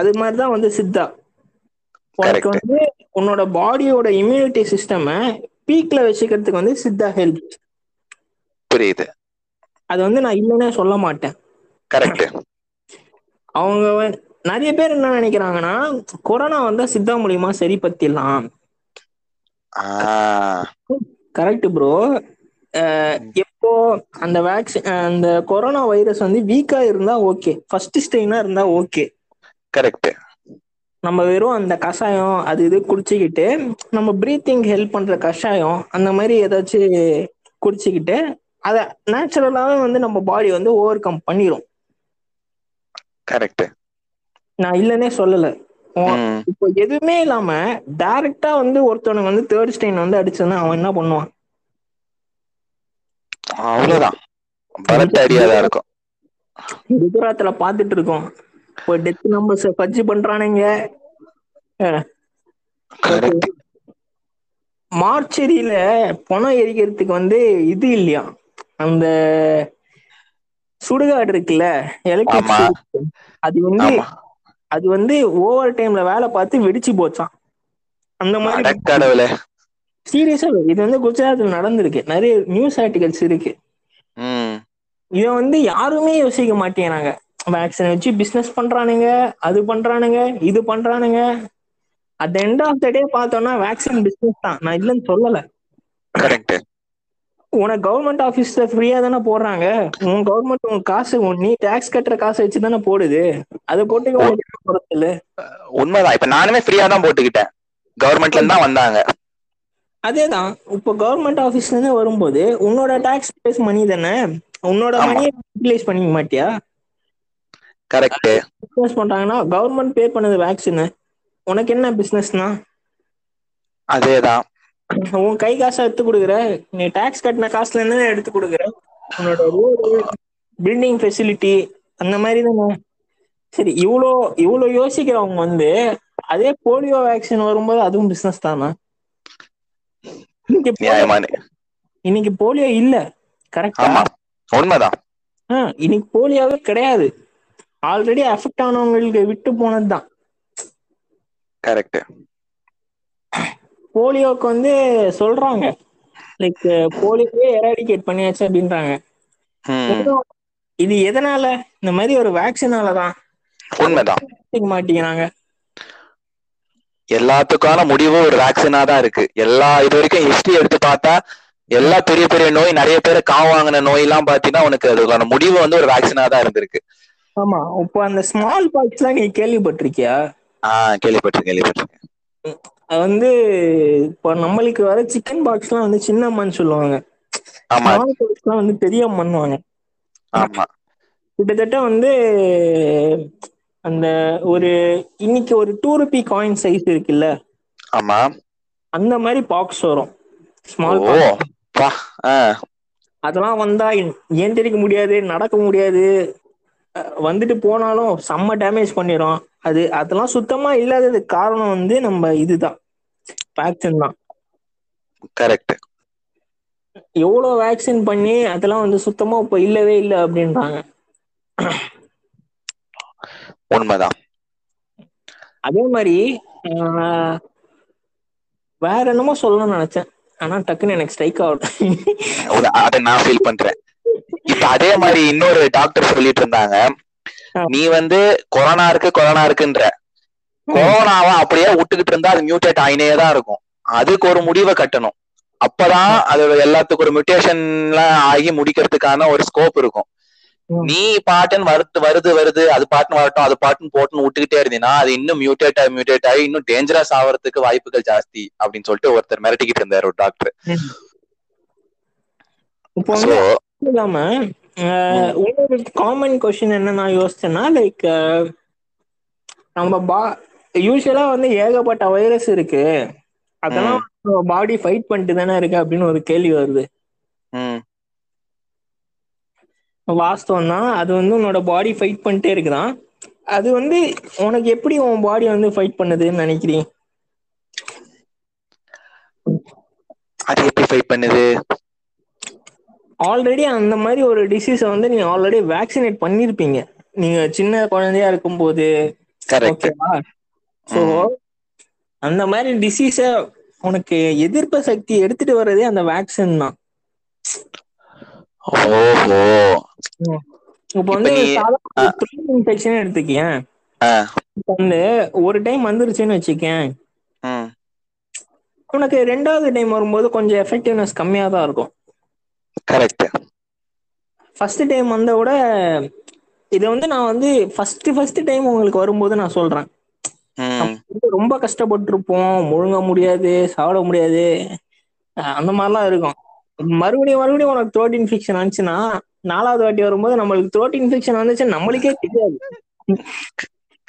அது மாதிரி தான் வந்து சித்தா உனக்கு Correct. வந்து உன்னோட பாடியோட இம்யூனிட்டி சிஸ்டமை பீக்ல வச்சுக்கிறதுக்கு வந்து சித்தா ஹெல்ப் புரியுது அது வந்து நான் இல்லைன்னே சொல்ல மாட்டேன் கரெக்ட் அவங்க வந்து- நிறைய பேர் என்ன நினைக்கிறாங்கன்னா கொரோனா வந்தா சித்தா மூலியமா சரி பத்திடலாம் ஆஹ் கரெக்ட் ப்ரோ எப்போ அந்த வேக்சின் அந்த கொரோனா வைரஸ் வந்து வீக்கா இருந்தா ஓகே ஃபர்ஸ்ட் ஸ்டெயினா இருந்தா ஓகே கரெக்ட் நம்ம வெறும் அந்த கஷாயம் அது இது குடிச்சுக்கிட்டு நம்ம பிரீத்திங் ஹெல்ப் பண்ற கஷாயம் அந்த மாதிரி ஏதாச்சும் குடிச்சுக்கிட்டு அதை நேச்சுரலாவே வந்து நம்ம பாடி வந்து ஓவர் கம் பண்ணிரும் கரெக்ட் நான் இல்லைன்னே சொல்லல உன் இப்போ எதுவுமே இல்லாம டைரக்டா வந்து ஒருத்தவனுக்கு வந்து தேர்ட் ஸ்டெயின் வந்து அடிச்சதுன்னா அவன் என்ன பண்ணுவான் அவ்வளவுதான் பரத் ஐடியாதான் இருக்கும் குஜராத்ல பாத்துட்டு இருக்கோம் இப்போ டெத் நம்பர்ஸ் பஜ்ஜி பண்றானுங்க கரெக்ட் மார்ச்சரியில பணம் எரிக்கிறதுக்கு வந்து இது இல்லையா அந்த சுடுகாடு இருக்குல்ல ஆமா. எலக்ட்ரிக் அது வந்து ஆமா அது வந்து ஓவர் டைம்ல வேலை பார்த்து வெடிச்சு போச்சான் அந்த மாதிரி அடக்கடவுளே சீரியஸா இது வந்து குஜராத்ல நடந்திருக்கு நிறைய நியூஸ் ஆர்டிகல்ஸ் இருக்கு ம் இதை வந்து யாருமே யோசிக்க மாட்டேங்கிறாங்க வேக்சினை வச்சு பிசினஸ் பண்றானுங்க அது பண்றானுங்க இது பண்றானுங்க at end of the day பார்த்தோம்னா வேக்சின் பிசினஸ் தான் நான் இல்லைன்னு சொல்லல கரெக்ட் உனக்கு கவர்மெண்ட் ஆஃபீஸ்ல ஃப்ரீயா தானே போடுறாங்க உன் கவர்மெண்ட் உன் காசு உன் நீ டாக்ஸ் கட்டுற காசை வச்சு தானே போடுது அதை போட்டு உனக்கு என்ன குறைச்சல்? உண்மைதான் இப்ப நானுமே ஃப்ரீயா தான் போட்டுக்கிட்டேன் கவர்மெண்ட்ல இருந்து தான் வந்தாங்க அதேதான் இப்போ கவர்மெண்ட் ஆபீஸ்ல இருந்து வரும்போது உன்னோட டாக்ஸ் பேஸ் மணி தானே உன்னோட ஆமா. மணியை யூட்டிலைஸ் பண்ணிக்க மாட்டியா கரெக்ட் யூட்டிலைஸ் பண்றாங்கன்னா கவர்மெண்ட் பே பண்ணது வேக்சின் உனக்கு என்ன பிசினஸ்னா அதேதான் உன் கை காசை எடுத்து கொடுக்குற நீ டாக்ஸ் கட்டின காசுல இருந்து தான் எடுத்து கொடுக்குற உன்னோட ரோடு பில்டிங் ஃபெசிலிட்டி அந்த மாதிரி தானே சரி இவ்வளோ இவ்வளோ யோசிக்கிறவங்க வந்து அதே போலியோ வேக்சின் வரும்போது அதுவும் பிசினஸ் தானா இன்னைக்கு polio- நியாயமானு இன்னைக்கு போலியோ இல்ல கரெக்டா ஆமா உண்மைதான் ஆ, இன்னைக்கு போலியாவே கிடையாது ஆல்ரெடி அஃபெக்ட் ஆனவங்களுக்கு விட்டு போனதுதான் கரெக்ட் போலியோக்கு வந்து சொல்றாங்க லைக் போலியோவே எராடிகேட் பண்ணியாச்சு அப்படின்றாங்க இன்னும் இது எதனால இந்த மாதிரி ஒரு வேக்சினால தான் உண்மைதான் மாட்டேங்கிறாங்க எல்லாத்துக்கான முடிவு ஒரு வேக்சினா தான் இருக்கு எல்லா இது வரைக்கும் ஹிஸ்டரி எடுத்து பார்த்தா எல்லா பெரிய பெரிய நோய் நிறைய பேர் காவு வாங்கின நோய் எல்லாம் பாத்தீங்கன்னா உனக்கு அதுக்கான முடிவு வந்து ஒரு வேக்சினா தான் இருந்திருக்கு ஆமா இப்போ அந்த ஸ்மால் பாக்ஸ்லாம் நீ கேள்விப்பட்டிருக்கியா ஆஹ் கேள்விப்பட்டிருக்கேன் கேள்விப்பட்டிருக்கேன் அது வந்து இப்போ நம்மளுக்கு வர சிக்கன் பாக்ஸ்லாம் வந்து சின்ன அம்மான்னு சொல்லுவாங்க ஆமா ஸ்மால் பாக்ஸ்லாம் வந்து பெரிய அம்மன்வாங்க ஆமா கிட்டத்தட்ட வந்து அந்த ஒரு இன்னைக்கு ஒரு டூ ருபி காயின் சைஸ் இருக்குல்ல ஆமா அந்த மாதிரி பாக்ஸ் வரும் ஸ்மால் ஓ பா ஆஹ் அதெல்லாம் வந்தா ஏந்திரிக்க முடியாது நடக்க முடியாது அஹ் வந்துட்டு போனாலும் செம்ம டேமேஜ் பண்ணிடும் அது அதெல்லாம் சுத்தமா இல்லாதது காரணம் வந்து நம்ம இதுதான் வேக்சின் தான் கரெக்ட் எவ்வளோ வேக்சின் பண்ணி அதெல்லாம் வந்து சுத்தமா இப்போ இல்லவே இல்லை அப்படின்றாங்க உண்மைதான் அதே மாதிரி ஆஹ், வேற என்னமோ சொல்லணும்னு நினைச்சேன் ஆனா டக்குன்னு எனக்கு ஸ்ட்ரைக் ஆகட்டும் ஒரு அதை நான் ஃபீல் பண்றேன் இப்ப அதே மாதிரி இன்னொரு டாக்டர் சொல்லிட்டு இருந்தாங்க நீ வந்து கொரோனா இருக்கு கொரோனா இருக்குன்ற கொரோனாவை அப்படியே விட்டுக்கிட்டு இருந்தா அது மியூட்டேட் ஆயினே தான் இருக்கும் அதுக்கு ஒரு முடிவை கட்டணும் அப்பதான் அதோட எல்லாத்துக்கும் ஒரு மியூட்டேஷன்லாம் ஆகி முடிக்கிறதுக்கான ஒரு ஸ்கோப் இருக்கும் ம். நீ பாட்டுன்னு வருது வருது வருது அது பாட்டுன்னு வரட்டும் அது பாட்டுன்னு போட்டுன்னு விட்டுக்கிட்டே இருந்தீங்கன்னா அது இன்னும் மியூட்டேட் ஆகி மியூட்டேட் ஆகி இன்னும் டேஞ்சரஸ் ஆகிறதுக்கு வாய்ப்புகள் ஜாஸ்தி அப்படின்னு சொல்லிட்டு ஒருத்தர் மிரட்டிக்கிட்டு இருந்தார் ஒரு டாக்டர் இப்போ வந்து சோ மட்டும் இல்லாம அஹ், இன்னொரு காமன் கொஸ்டின் என்ன நான் யோசிச்சேன்னா லைக் நம்ம பா யூஸ்வலா வந்து ஏகப்பட்ட வைரஸ் இருக்கு அதெல்லாம் நம்ம பாடி ஃபைட் பண்ணிட்டு தானே இருக்கு அப்படின்னு ஒரு கேள்வி வருது வாஸ்தவம் தான் அது வந்து உன்னோட பாடி ஃபைட் பண்ணிட்டே இருக்குதான் அது வந்து உனக்கு எப்படி உன் பாடி வந்து ஃபைட் பண்ணுதுன்னு நினைக்கிறீங்க அது எப்படி ஃபைட் பண்ணுது ஆல்ரெடி அந்த மாதிரி ஒரு டிசீஸை வந்து நீங்க ஆல்ரெடி வேக்சினேட் பண்ணிருப்பீங்க நீங்க சின்ன குழந்தையா இருக்கும்போது கரெக்ட் ஓகேவா ஸோ அந்த மாதிரி டிசீஸ உனக்கு எதிர்ப்பு சக்தி எடுத்துட்டு வர்றதே அந்த வேக்சின் தான் ஓஹோ இப்போ இப்ப வந்து நீ- இன்ஃபெக்ஷன் எடுத்துக்கியேன் ஆ. இப்ப வந்து ஒரு டைம் வந்துருச்சுன்னு வச்சுக்கேன் ம் உனக்கு ரெண்டாவது டைம் வரும்போது கொஞ்சம் எஃபெக்டிவ்னஸ் கம்மியா தான் இருக்கும் கரெக்ட் ஃபர்ஸ்ட் டைம் வந்த விட இதை வந்து நான் வந்து ஃபர்ஸ்ட் ஃபர்ஸ்ட் டைம் உங்களுக்கு வரும்போது நான் சொல்றேன் ம் ரொம்ப- ரொம்ப கஷ்டப்பட்டிருப்போம் முழுங்க முடியாது சாப்பிட முடியாது அஹ் அந்த மாதிரிலாம் இருக்கும் மறுபடியும் மறுபடியும் உனக்கு த்ரோட் இன்ஃபெக்ஷன் ஆச்சுன்னா நாலாவது வாட்டி வரும்போது நம்மளுக்கு த்ரோட் இன்ஃபெக்ஷன் வந்துச்சு நம்மளுக்கே தெரியாது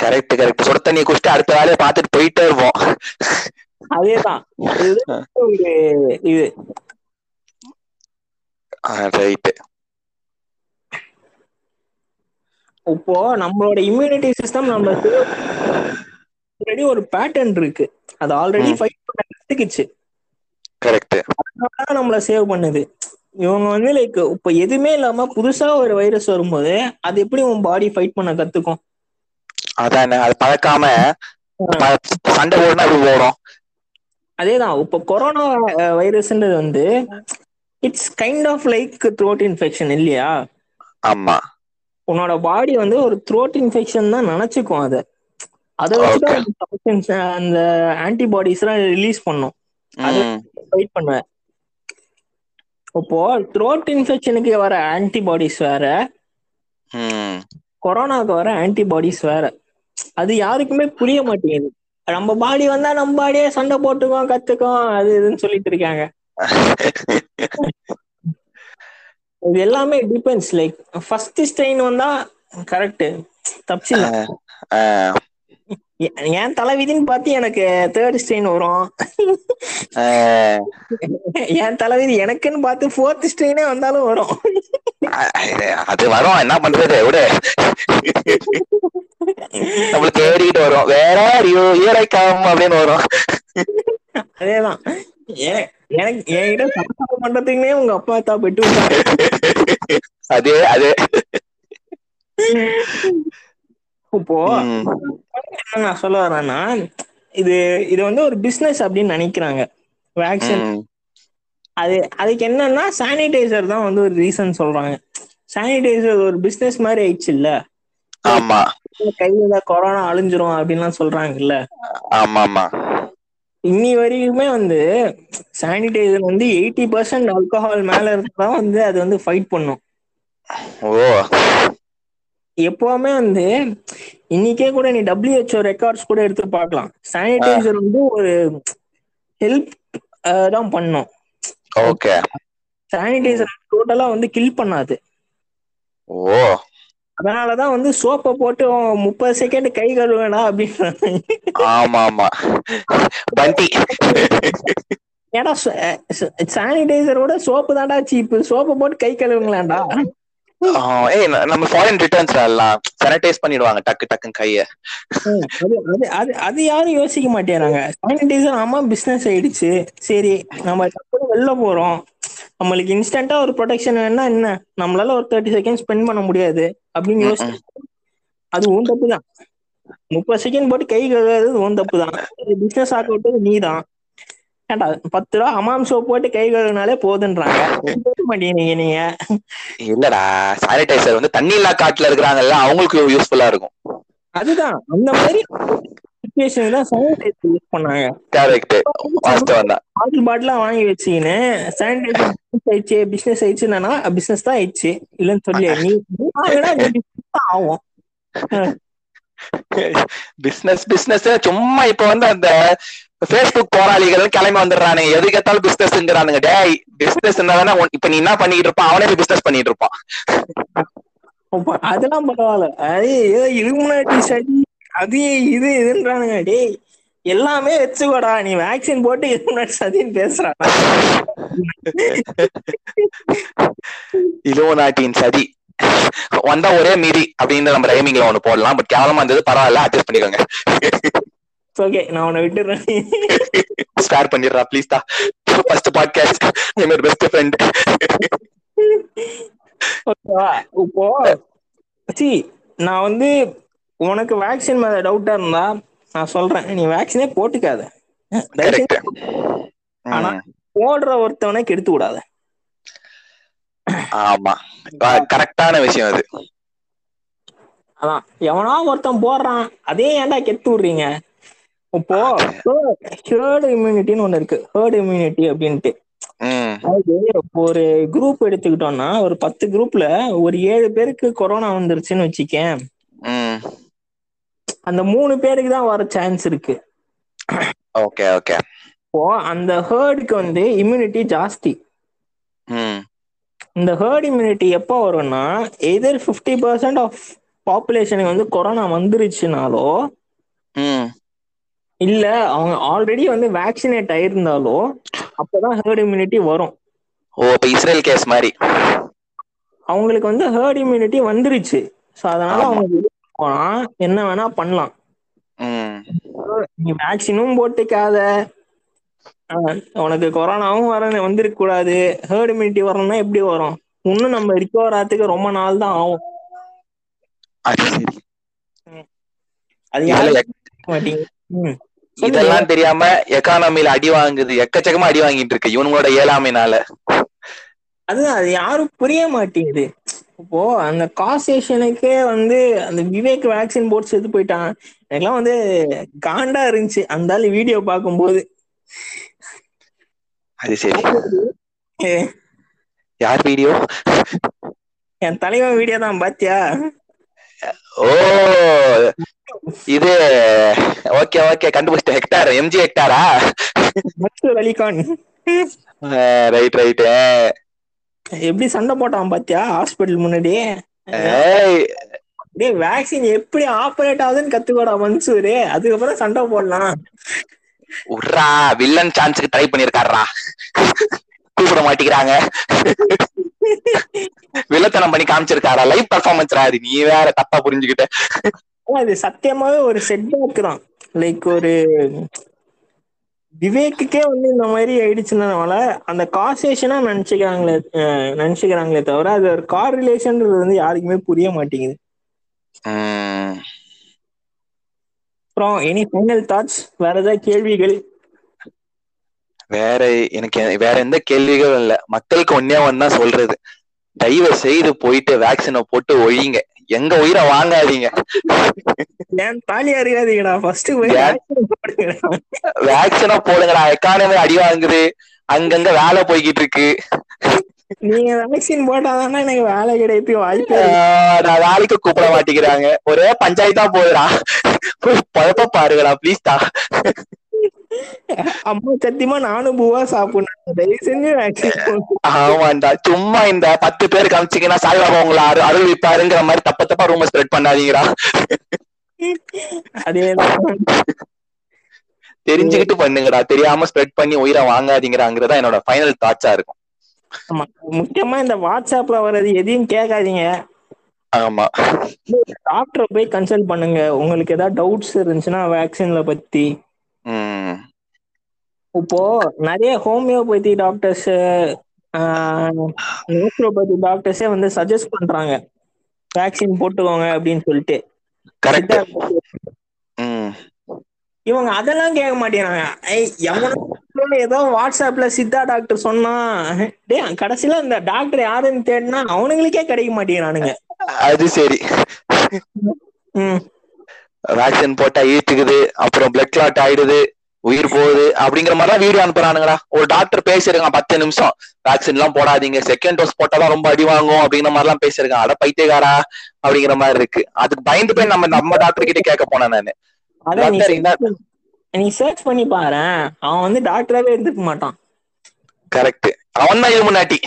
கரெக்ட் கரெக்ட் சுட தண்ணியை குடிச்சிட்டு அடுத்த வேலையை பார்த்துட்டு போயிட்டே இருப்போம் அதேதான் இதுதான் ஒரு இது ரைட் இப்போ நம்மளோட இம்யூனிட்டி சிஸ்டம் நம்ம ஆல்ரெடி ஒரு பேட்டர்ன் இருக்கு அது ஆல்ரெடி ம். ஃபைட் பண்ண கத்துக்கிச்சு கரெக்ட் அதனால நம்மள சேவ் பண்ணுது இவங்க வந்து லைக் இப்போ எதுவுமே இல்லாம புதுசா ஒரு வைரஸ் வரும்போது அது எப்படி உன் பாடி ஃபைட் பண்ண கத்துக்கும் அதானே அது பழக்காம ப- சண்டை போடணும் அப்படி போடும் அதேதான் இப்போ கொரோனா வைரஸ்ன்றது வந்து it's kind of like throat infection இல்லையா ஆமா உன்னோட பாடி வந்து ஒரு த்ரோட் இன்ஃபெக்ஷன் தான் நினைச்சுக்கும் அதை அதை வச்சுதான் Okay. அந்த toxins, அந்த ஆன்டிபாடிஸ் எல்லாம் ரிலீஸ் பண்ணும் அது- ம், ஃபைட் பண்ணுவேன் இப்போ த்ரோட் இன்ஃபெக்ஷனுக்கு வர ஆன்டிபாடிஸ் வேற ம். கொரோனாக்கு வர ஆன்டிபாடிஸ் வேற அது யாருக்குமே புரிய மாட்டேங்குது நம்ம பாடி வந்தா நம்ம பாடியே சண்டை போட்டுக்கும் கத்துக்கும் அது இதுன்னு சொல்லிட்டு இருக்காங்க இது எல்லாமே டிபெண்ட்ஸ் லைக் ஃபர்ஸ்ட் ஸ்ட்ரெயின் வந்தா கரெக்ட் தப்பிச்சிடலாம் ஆ, எ- என் தலைவிதின்னு பார்த்து எனக்கு தேர்ட் ஸ்ட்ரெயின் வரும் ஆ, என் தலைவிதி எனக்குன்னு பார்த்து ஃபோர்த் ஸ்ட்ரெயினே வந்தாலும் வரும் அது வரும் என்ன பண்றது விடு நம்மளுக்கு தேடிக்கிட்டு வரும் வேற ஐயோ ஈரைக்காம அப்படின்னு வரும் அதேதான் எ- எனக்கு என்கிட்ட சமாதானம் பண்றதுக்குன்னே உங்க அப்பா தான் பெட்டு விட்டாரு அதே அதே இப்போ ம், என்ன நான் சொல்ல வரேன்னா இது இது வந்து ஒரு business அப்படின்னு நினைக்கிறாங்க வேக்சின் ம். அது அதுக்கு என்னன்னா சானிடைசர் தான் வந்து ஒரு ரீசன் சொல்றாங்க சானிடைசர் ஒரு business மாதிரி ஆயிடுச்சு இல்ல ஆமா கையில கொரோனா அழிஞ்சிரும் அப்படின்லாம் சொல்றாங்கல்ல ஆமா ஆமா இன்னி வரைக்குமே வந்து சானிடைசர் வந்து எயிட்டி பர்சன்ட் ஆல்கஹால் மேல இருந்தா வந்து அது வந்து ஃபைட் பண்ணும் ஓ எப்பவுமே வந்து இன்னைக்கே கூட நீ WHO ரெக்கார்ட்ஸ் கூட எடுத்து பார்க்கலாம் சானிடைசர் வந்து ஒரு ஹெல்ப் தான் பண்ணும் ஓகே சானிடைசர் டோட்டலா வந்து கில் பண்ணாது ஓ அதனாலதான் வந்து சோப்பை போட்டு முப்பது செகண்ட் கை கழுவேடா அப்படின்றாங்க ஆமா ஆமா பண்டி ஏன்னா சானிடைசரோட சோப்பு தான்டா சீப்பு சோப்பை போட்டு கை கழுவுங்களாண்டா ஆ, ஏய் ந- நம்ம ஃபாரின் ரிட்டர்ன்ஸ் எல்லாம் சானிடைஸ் பண்ணிடுவாங்க டக்கு டக்குன்னு கைய ஹம், அது அது அது அது யாரும் யோசிக்க மாட்டேறாங்க சானிடைசர் ஆமா பிசினஸ் ஆயிடுச்சு சரி நம்ம டக்குனு வெளில போறோம் நம்மளுக்கு இன்ஸ்டன்டா ஒரு ப்ரொடெக்ஷன் வேணா என்ன நம்மளால ஒரு தேர்ட்டி செகண்ட் ஸ்பெண்ட் பண்ண முடியாது அப்படின்னு யோசி அது உன் தப்பு தான் முப்பது செகண்ட் போட்டு கை கழுவுறது உன் தப்பு தான் பிசினஸ் ஆக்க விட்டது நீ தான் ஏண்டா பத்து ரூபா அமாம் சோப் போட்டு கை கழுவினாலே போதுன்றாங்க போக மாட்டேங்கிறீங்க நீங்க இல்லடா சானிடைசர் வந்து தண்ணி இல்லா காட்டுல இருக்கிறாங்கல்ல அவங்களுக்கு யூஸ்ஃபுல்லா இருக்கும் அதுதான் அந்த மாதிரி சுச்சுவேஷனுக்கு தான் சானிடைசர் யூஸ் பண்ணாங்க கரெக்ட் வாஸ்தவம் தான் பாட்டில் பாட்டிலா வாங்கி வச்சுக்கின்னு சானிடைசர் பிசினஸ் ஆயிடுச்சு பிசினஸ் ஆயிடுச்சுன்னா பிசினஸ் தான் ஆயிடுச்சு இல்லைன்னு சொல்லி நீ நீ வாங்கினா நீ business தான் ஆகும் பிசினஸ் பிசினஸ் சும்மா இப்ப வந்து அந்த ஃபேஸ்புக் போராளிகள் கிளம்பி வந்துடுறானுங்க எதுக்கு எடுத்தாலும் பிசினஸ்ங்கிறானுங்க டேய் பிசினஸ் என்ன இப்ப நீ என்ன பண்ணிட்டு இருப்பான் அவனே போய் பிசினஸ் பண்ணிட்டு இருப்பான் அப்ப அதெல்லாம் பரவாயில்ல அது ஏதோ இலுமினாட்டி சதி அது இது இதுன்றானுங்க டேய் எல்லாமே வச்சுக்கோடா நீ வேக்சின் போட்டு இலுமினாட்டி சதின்னு பேசுறாடா இலோனாட்டின் சதி வந்தா ஒரே மீதி அப்படின்னு நம்ம ரைமிங்ல ஒண்ணு போடலாம் பட் கேவலமா இருந்தது பரவாயில்ல அட்ஜஸ்ட் பண்ணிக்கோங்க ஓகே நான் உன்னை விட்டுறேன் ஸ்டார் பண்ணிடுறா ப்ளீஸ் தா ஃபர்ஸ்ட் பாட்காஸ்ட் என்னோட பெஸ்ட் ஃப்ரெண்ட் ஓகேவா இப்போ சி நான் வந்து உனக்கு வேக்சின் மேல டவுட்டா இருந்தா நான் சொல்றேன் நீ வேக்சினே போட்டுக்காத தயவுசெய்து கரெக்ட் ஆனா- போடுற ஒருத்தவனை கெடுத்து விடாத ஆமா கரெக்டான விஷயம் அது அதான் எவனோ ஒருத்தன் போடுறான் அதே ஏன்டா கெத்து விடுறீங்க இப்போ ஹேர்டு இம்யூனிட்டின்னு ஒண்ணு இருக்கு ஹேர்டு இம்யூனிட்டி அப்படின்ட்டு ம் அதாவது இப்போ ஒரு குரூப் எடுத்துக்கிட்டோம்னா ஒரு பத்து குரூப்ல ஒரு ஏழு பேருக்கு கொரோனா வந்துருச்சுன்னு வச்சுக்கேன் ம் அந்த மூணு பேருக்கு தான் வர சான்ஸ் இருக்கு ஓகே ஓகே இப்போ அந்த ஹேர்டுக்கு வந்து இம்யூனிட்டி ஜாஸ்தி ம் இந்த ஹேர்ட் இம்யூனிட்டி எப்போ வரும்னா எதிர் ஃபிஃப்டி பர்சன்ட் ஆஃப் பாப்புலேஷனுக்கு வந்து கொரோனா வந்துருச்சுனாலோ ம் இல்ல அவங்க ஆல்ரெடி வந்து வேக்சினேட் ஆயிருந்தாலோ அப்பதான் ஹேர்ட் இம்யூனிட்டி வரும் ஓ இப்போ இஸ்ரேல் கேஸ் மாதிரி அவங்களுக்கு வந்து ஹேர்ட் இம்யூனிட்டி வந்துருச்சு ஸோ அதனால ஆமா. அவங்க வெளிய போனா என்ன வேணா பண்ணலாம் ம் நீ வேக்சினும் போட்டுக்காத அஹ், உனக்கு கொரோனாவும் வர வந்திருக்க கூடாது ஹேர்ட் இம்யூனிட்டி வரணும்னா எப்படி வரும் இன்னும் நம்ம ரிகவர் ஆகிறதுக்கு ரொம்ப நாள் தான் ஆகும் அது சரி அது இதுல யாரும் எக்- கேட்க மாட்டீங்க ம். சொல்லுங்க. இதெல்லாம் தெரியாம எக்கானமில அடி வாங்குது எக்கச்சக்கமா அடி வாங்கிட்டு இருக்கு இவனுங்களோட ஏழாமைனால அதுதான் அது யாரும் புரிய மாட்டேங்குது இப்போ அந்த காசேஷனுக்கே வந்து அந்த விவேக் வேக்சின் போட்டு செத்து போயிட்டான் எனக்கெல்லாம் வந்து காண்டா இருந்துச்சு அந்த ஆளு வீடியோ பார்க்கும்போது அது சரி ஏ, யார் வீடியோ என் தலைவன் வீடியோ தான் பாத்தியா ஓ இது ஓகே ஓகே கண்டுபிடிச்சிட்டேன் ஹெக்டார் எம்ஜி ஹெக்டாரா மச்சு வலிகான் ரைட் ரைட் எப்படி சண்டை போட்டான் பாத்தியா ஹாஸ்பிட்டல் முன்னாடியே டேய் வேக்சின் எப்படி ஆபரேட் ஆகுதுன்னு கத்துக்கோடா மன்சூரு அதுக்கப்புறம் சண்டை போடலாம் உர்ரா வில்லன் சான்ஸுக்கு ட்ரை பண்ணிருக்காருடா கூப்பிட மாட்டேங்கிறாங்க வில்லத்தனம் பண்ணி காமிச்சிருக்காரா லைவ் பெர்ஃபார்மன்ஸ் அது நீ வேற தப்பா புரிஞ்சுக்கிட்ட ஆனா அது சத்தியமாவே ஒரு செட்பேக் தான் லைக் ஒரு விவேக்குக்கே வந்து இந்த மாதிரி ஆயிடுச்சுனால அந்த காசேஷனா நினைச்சுக்கிறாங்களே அஹ், நினைச்சுக்கிறாங்களே தவிர அது ஒரு கார் ரிலேஷன்ன்றது வந்து யாருக்குமே புரிய மாட்டேங்குது உம். அப்புறம் எனி ஃபைனல் தாட்ஸ் வேற ஏதாவது கேள்விகள் வேற எனக்கு வேற எந்த கேள்விகளும் இல்ல மக்களுக்கு ஒன்னே ஒன்னா சொல்றது தயவு செய்து போயிட்டு வேக்சினை போட்டு ஒழிங்க எங்க உயிரை வாங்காதீங்க ஏன் தாலியா இருக்காதீங்கடா ஃபர்ஸ்ட் போய் ஏன்? vaccine போடுங்கடா. வேக்சினா போடுங்கடா எக்கானமி அடி வாங்குது அங்கங்க வேலை போய்கிட்டு இருக்கு நீங்க வேக்சின் போட்டாதானே எனக்கு வேலை கிடைப்பி வாய்ப்பு ஆஹ் நான் வேலைக்கு கூப்பிட மாட்டேங்கிறாங்க ஒரே பஞ்சாயத்தா போகுதுடா போய் பழப்ப பாருங்கடா ப்ளீஸ் டா அம்மா சத்தியமா நானும் பூவா சாப்பிடணும் தயவு செஞ்சு வேக்சின் போடுங்க. ஆமாண்டா சும்மா இந்த பத்து பேர் காமிச்சீங்கன்னா சாய்பாபா உங்களை அரு அருள்விப்பாருங்கிற மாதிரி தப்ப தப்பா ரூம ஸ்ப்ரெட் பண்ணாதீங்கடா அதேதான் தெரிஞ்சுக்கிட்டு பண்ணுங்கடா தெரியாம ஸ்ப்ரெட் பண்ணி உயிரை வாங்காதீங்கடாங்கிறதா என்னோட ஃபைனல் தாட்சா இருக்கும் ஆமா முக்கியமா இந்த வாட்ஸ்அப்ல வர்றது எதையும் கேட்காதீங்க ஆமா டாக்டரை போய் கன்சல்ட் பண்ணுங்க உங்களுக்கு ஏதாவது டவுட்ஸ் இருந்துச்சுன்னா வேக்சின்ல பத்தி உம் இப்போ நிறைய ஹோமியோபதி டாக்டர்ஸ் நேச்சுரோபதி டாக்டர்ஸே வந்து சஜஸ்ட் பண்றாங்க வேக்சின் போட்டுக்கோங்க அப்படின்னு சொல்லிட்டு கரெக்ட் சித்தா உம் இவங்க அதெல்லாம் கேட்க மாட்டேங்கிறாங்க ஏய், எவனோ ஏதோ வாட்ஸ்அப்ல சித்தா டாக்டர் சொன்னா டேய் கடைசியில அந்த டாக்டர் யாருன்னு தேடினா அவனுங்களுக்கே கிடைக்க மாட்டேங்கிறானுங்க அது சரி ம் வேக்சின் போட்டா ஈத்துக்குது அப்புறம் பிளட் கிளாட் ஆயிடுது உயிர் போகுது அப்படிங்கிற மாதிரிலாம் வீடியோ அனுப்புறானுங்கடா ஒரு டாக்டர் பேசியிருக்கான் பத்து நிமிஷம் வேக்சின் எல்லாம் போடாதீங்க செகண்ட் டோஸ் போட்டாதான் ரொம்ப அடி வாங்கும் அப்படிங்கிற மாதிரி எல்லாம் பேசியிருக்கான் அட பைத்தியக்காரா அப்படிங்கிற மாதிரி இருக்கு அதுக்கு பயந்து போய் நம்ம நம்ம டாக்டர் கிட்ட கேட்க போனேன் நானு அதான் நீ டாக்டர் என்ன நீ சர்ச் பண்ணி பாரேன் அவன் வந்து டாக்டராவே இருந்திருக்க மாட்டான் கரெக்ட் அவன் தான் முன்னாடி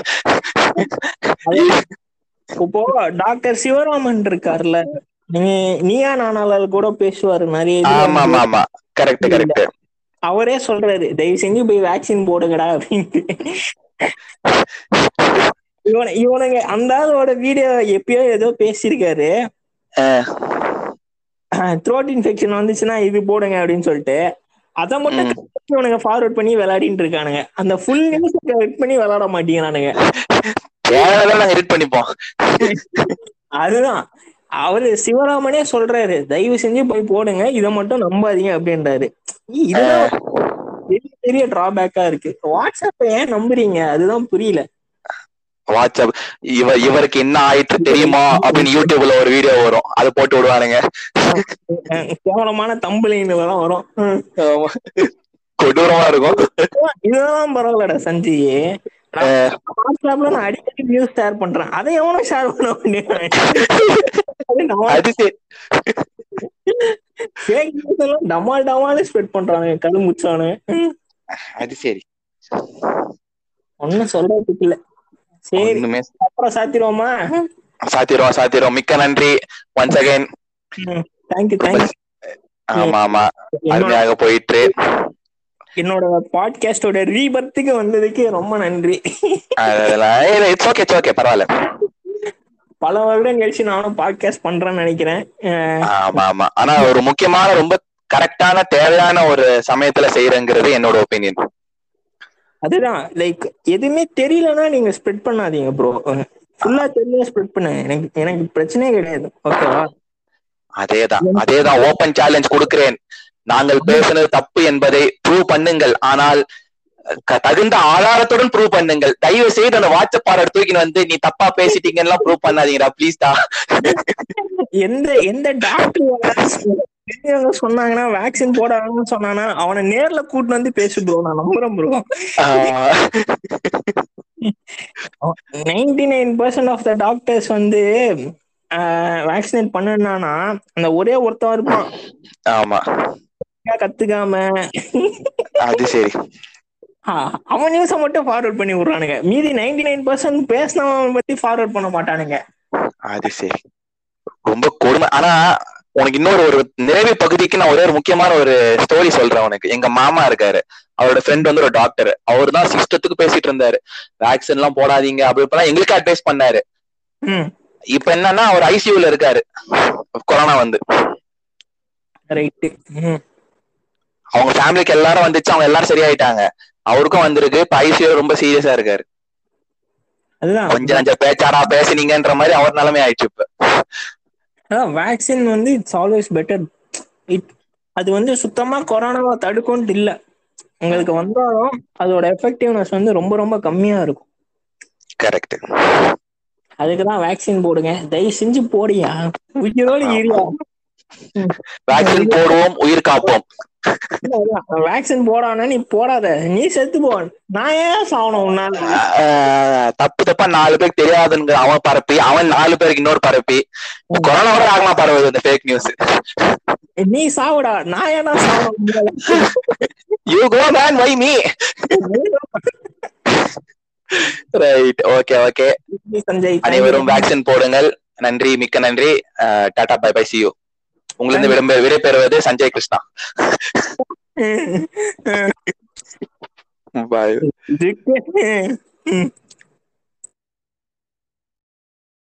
இப்போ டாக்டர் சிவராமன் இருக்காருல்ல நீங்க நீயா நானால கூட பேசுவாரு நிறைய இதுல. ஆமா ஆமா ஆமா கரெக்ட் கரெக்ட் அவரே சொல்றாரு தயவு செஞ்சு போய் வேக்சின் போடுங்கடா அப்படின்ட்டு இவன இவனுங்க அந்த ஆளோட வீடியோ எப்பயோ ஏதோ பேசியிருக்காரு த்ரோட் இன்ஃபெக்ஷன் வந்துச்சுன்னா இது போடுங்க அப்படின்னு சொல்லிட்டு அதை மட்டும் இவனுங்க ஃபார்வர்ட் பண்ணி விளையாடிட்டு இருக்கானுங்க அந்த ஃபுல் நியூஸ் கட் பண்ணி விளையாட மாட்டேங்கிறானுங்க தேவையெல்லாம் நாங்க எடிட் பண்ணிப்போம் அதுதான் அவரு சிவராமனே சொல்றாரு தயவு செஞ்சு போய் போடுங்க இதை மட்டும் நம்பாதீங்க அப்படின்றாரு ஏய், இதுதான் அஹ், பெரிய பெரிய டிராபேக்கா இருக்கு வாட்ஸ்அப் ஏன் நம்புறீங்க அதுதான் புரியல வாட்ஸ்அப் இவர் இவருக்கு என்ன ஆயிட்டு தெரியுமா அப்படின்னு யூடியூப்ல ஒரு வீடியோ வரும் அது போட்டு விடுவானுங்க அஹ் கேவலமான தம்பளைங்களெல்லாம் வரும் ம். கொடூரமா இருக்கும் இதெல்லாம் பரவாயில்லடா சஞ்சி அஹ் வாட்ஸ்அப்ல நான் அடிக்கடி நியூஸ் ஷேர் பண்றேன் அதை எவனும் ஷேர் பண்ண வேண்டியவன். அது நம்ம அது சரி. fake news எல்லாம் டமால் டமால்னு ஸ்ப்ரெட் பண்றானுங்க கழு முச்சானு அது சரி ஒன்னும் சொல்றதுக்கு இல்ல சரி ஒண்ணுமே அப்புறம் சாத்திடுவோமா சாத்திரம் சாத்திரம் மிக்க நன்றி ஒன்ஸ் அகைன் தேங்க்யூ தேங்க்யூ ஆமா ஆமா என்னோட அருமையாக போயிட்டு என்னோட பாட்காஸ்டோட ரீபர்த்துக்கு வந்ததுக்கு ரொம்ப நன்றி இட்ஸ் ஓகே இட்ஸ் ஓகே பரவாயில்ல பல வருடம் கழிச்சு நானும் பாட்காஸ்ட் பண்றேன்னு நினைக்கிறேன் அஹ் ஆமா ஆமா ஆனா ஒரு முக்கியமான ரொம்ப கரெக்டான தேவையான ஒரு சமயத்துல செய்யறங்கிறது என்னோட ஒப்பீனியன் அதுதான் லைக் எதுவுமே தெரியலன்னா நீங்க ஸ்ப்ரெட் பண்ணாதீங்க ப்ரோ ஃபுல்லா தெரிஞ்சா ஸ்ப்ரெட் பண்ணுங்க எனக்கு எனக்கு பிரச்சனையே கிடையாது ஓகேவா அதேதான் அதேதான் ஓபன் சேலஞ்ச் கொடுக்கிறேன் நாங்கள் பேசுனது தப்பு என்பதை ப்ரூவ் பண்ணுங்கள் ஆனால் க- தகுந்த ஆதாரத்துடன் ப்ரூவ் பண்ணுங்கள் தயவு செய்து அந்த வாட்ஸ்அப் பாடர் தூக்கின்னு வந்து நீ தப்பா பேசிட்டீங்கன்னு ப்ரூவ் பண்ணாதீங்கடா ப்ளீஸ் டா எந்த எந்த டாக்டர் சொன்னாங்கன்னா வேக்சின் போடாதுன்னு சொன்னானா அவனை நேர்ல கூட்டிட்டு வந்து பேசு ப்ரோ நான் நம்புறேன் bro ninety nine percent of the doctors வந்து வேக்சினேட் பண்ணனானா அந்த ஒரே ஒருத்தன் இருப்பான் ஆமா கத்துக்காம அது சரி ஆஹ், அவன் நியூஸை மட்டும் ஃபார்வர்ட் பண்ணி விடுறானுங்க மீதி நைன்டி நைன் பர்சன்ட் பேசினவன் பத்தி ஃபார்வர்ட் பண்ண மாட்டானுங்க அது சரி ரொம்ப கொடுமை ஆனா உனக்கு இன்னொரு ஒரு நிறைவு பகுதிக்கு நான் ஒரே ஒரு முக்கியமான ஒரு ஸ்டோரி சொல்றேன் உனக்கு எங்க மாமா இருக்காரு அவரோட ஃப்ரெண்ட் வந்து ஒரு டாக்டர் அவர் தான் சிஸ்டத்துக்கு பேசிட்டு இருந்தாரு வேக்சின் எல்லாம் போடாதீங்க அப்படி இப்பெல்லாம் எங்களுக்கு அட்வைஸ் பண்ணாரு ம் இப்ப என்னன்னா அவர் ஐசியூல இருக்காரு கொரோனா வந்து ரைட்டு ம் அவங்க ஃபேமிலிக்கு எல்லாரும் வந்துச்சு அவங்க எல்லாரும் சரியாயிட்டாங்க அவருக்கும் வந்திருக்கு இப்ப ஐசியூல ரொம்ப சீரியஸா இருக்காரு அதுதான் கொஞ்சம் கொஞ்சம் பேச்சாரா பேசுனீங்கன்ற மாதிரி அவர் நிலைமை ஆயிடுச்சு இப்ப அதான் வேக்சின் வந்து இட்ஸ் ஆல்வேஸ் பெட்டர் இட் அது வந்து சுத்தமா கொரோனாவை தடுக்கும்னு இல்ல உங்களுக்கு வந்தாலும் அதோட எஃபெக்டிவ்னஸ் வந்து ரொம்ப ரொம்ப கம்மியா இருக்கும் கரெக்ட் அதுக்கு தான் வேக்சின் போடுங்க தயவு செஞ்சு போடியா உயிரோடு ஈரியா வேக்சின் போடுவோம் உயிர் காப்போம் வேக்சின் போடானா நீ போடாத நீ செத்து போ நான் ஏன் சாவணும் உன்னால ஆஹ் தப்பு தப்பா நாலு பேருக்கு தெரியாதுங்கிற அவன் பரப்பி அவன் நாலு பேருக்கு இன்னொரு பரப்பி இப்ப கொரோனா வர ஆகலாம் பரவுது இந்த ஃபேக் நியூஸ் நீ சாவுடா நான் ஏன்னா சாவணும் உன்னால? You go man why me right okay okay நீ சஞ்சய் thank you. அனைவரும் வேக்சின் போடுங்கள் நன்றி மிக்க நன்றி ஆஹ் tata bye bye see you உங்களிருந்து விரும்ப விடைபெறுவது சஞ்சய் கிருஷ்ணா பாய் இதுக்கு- ம்.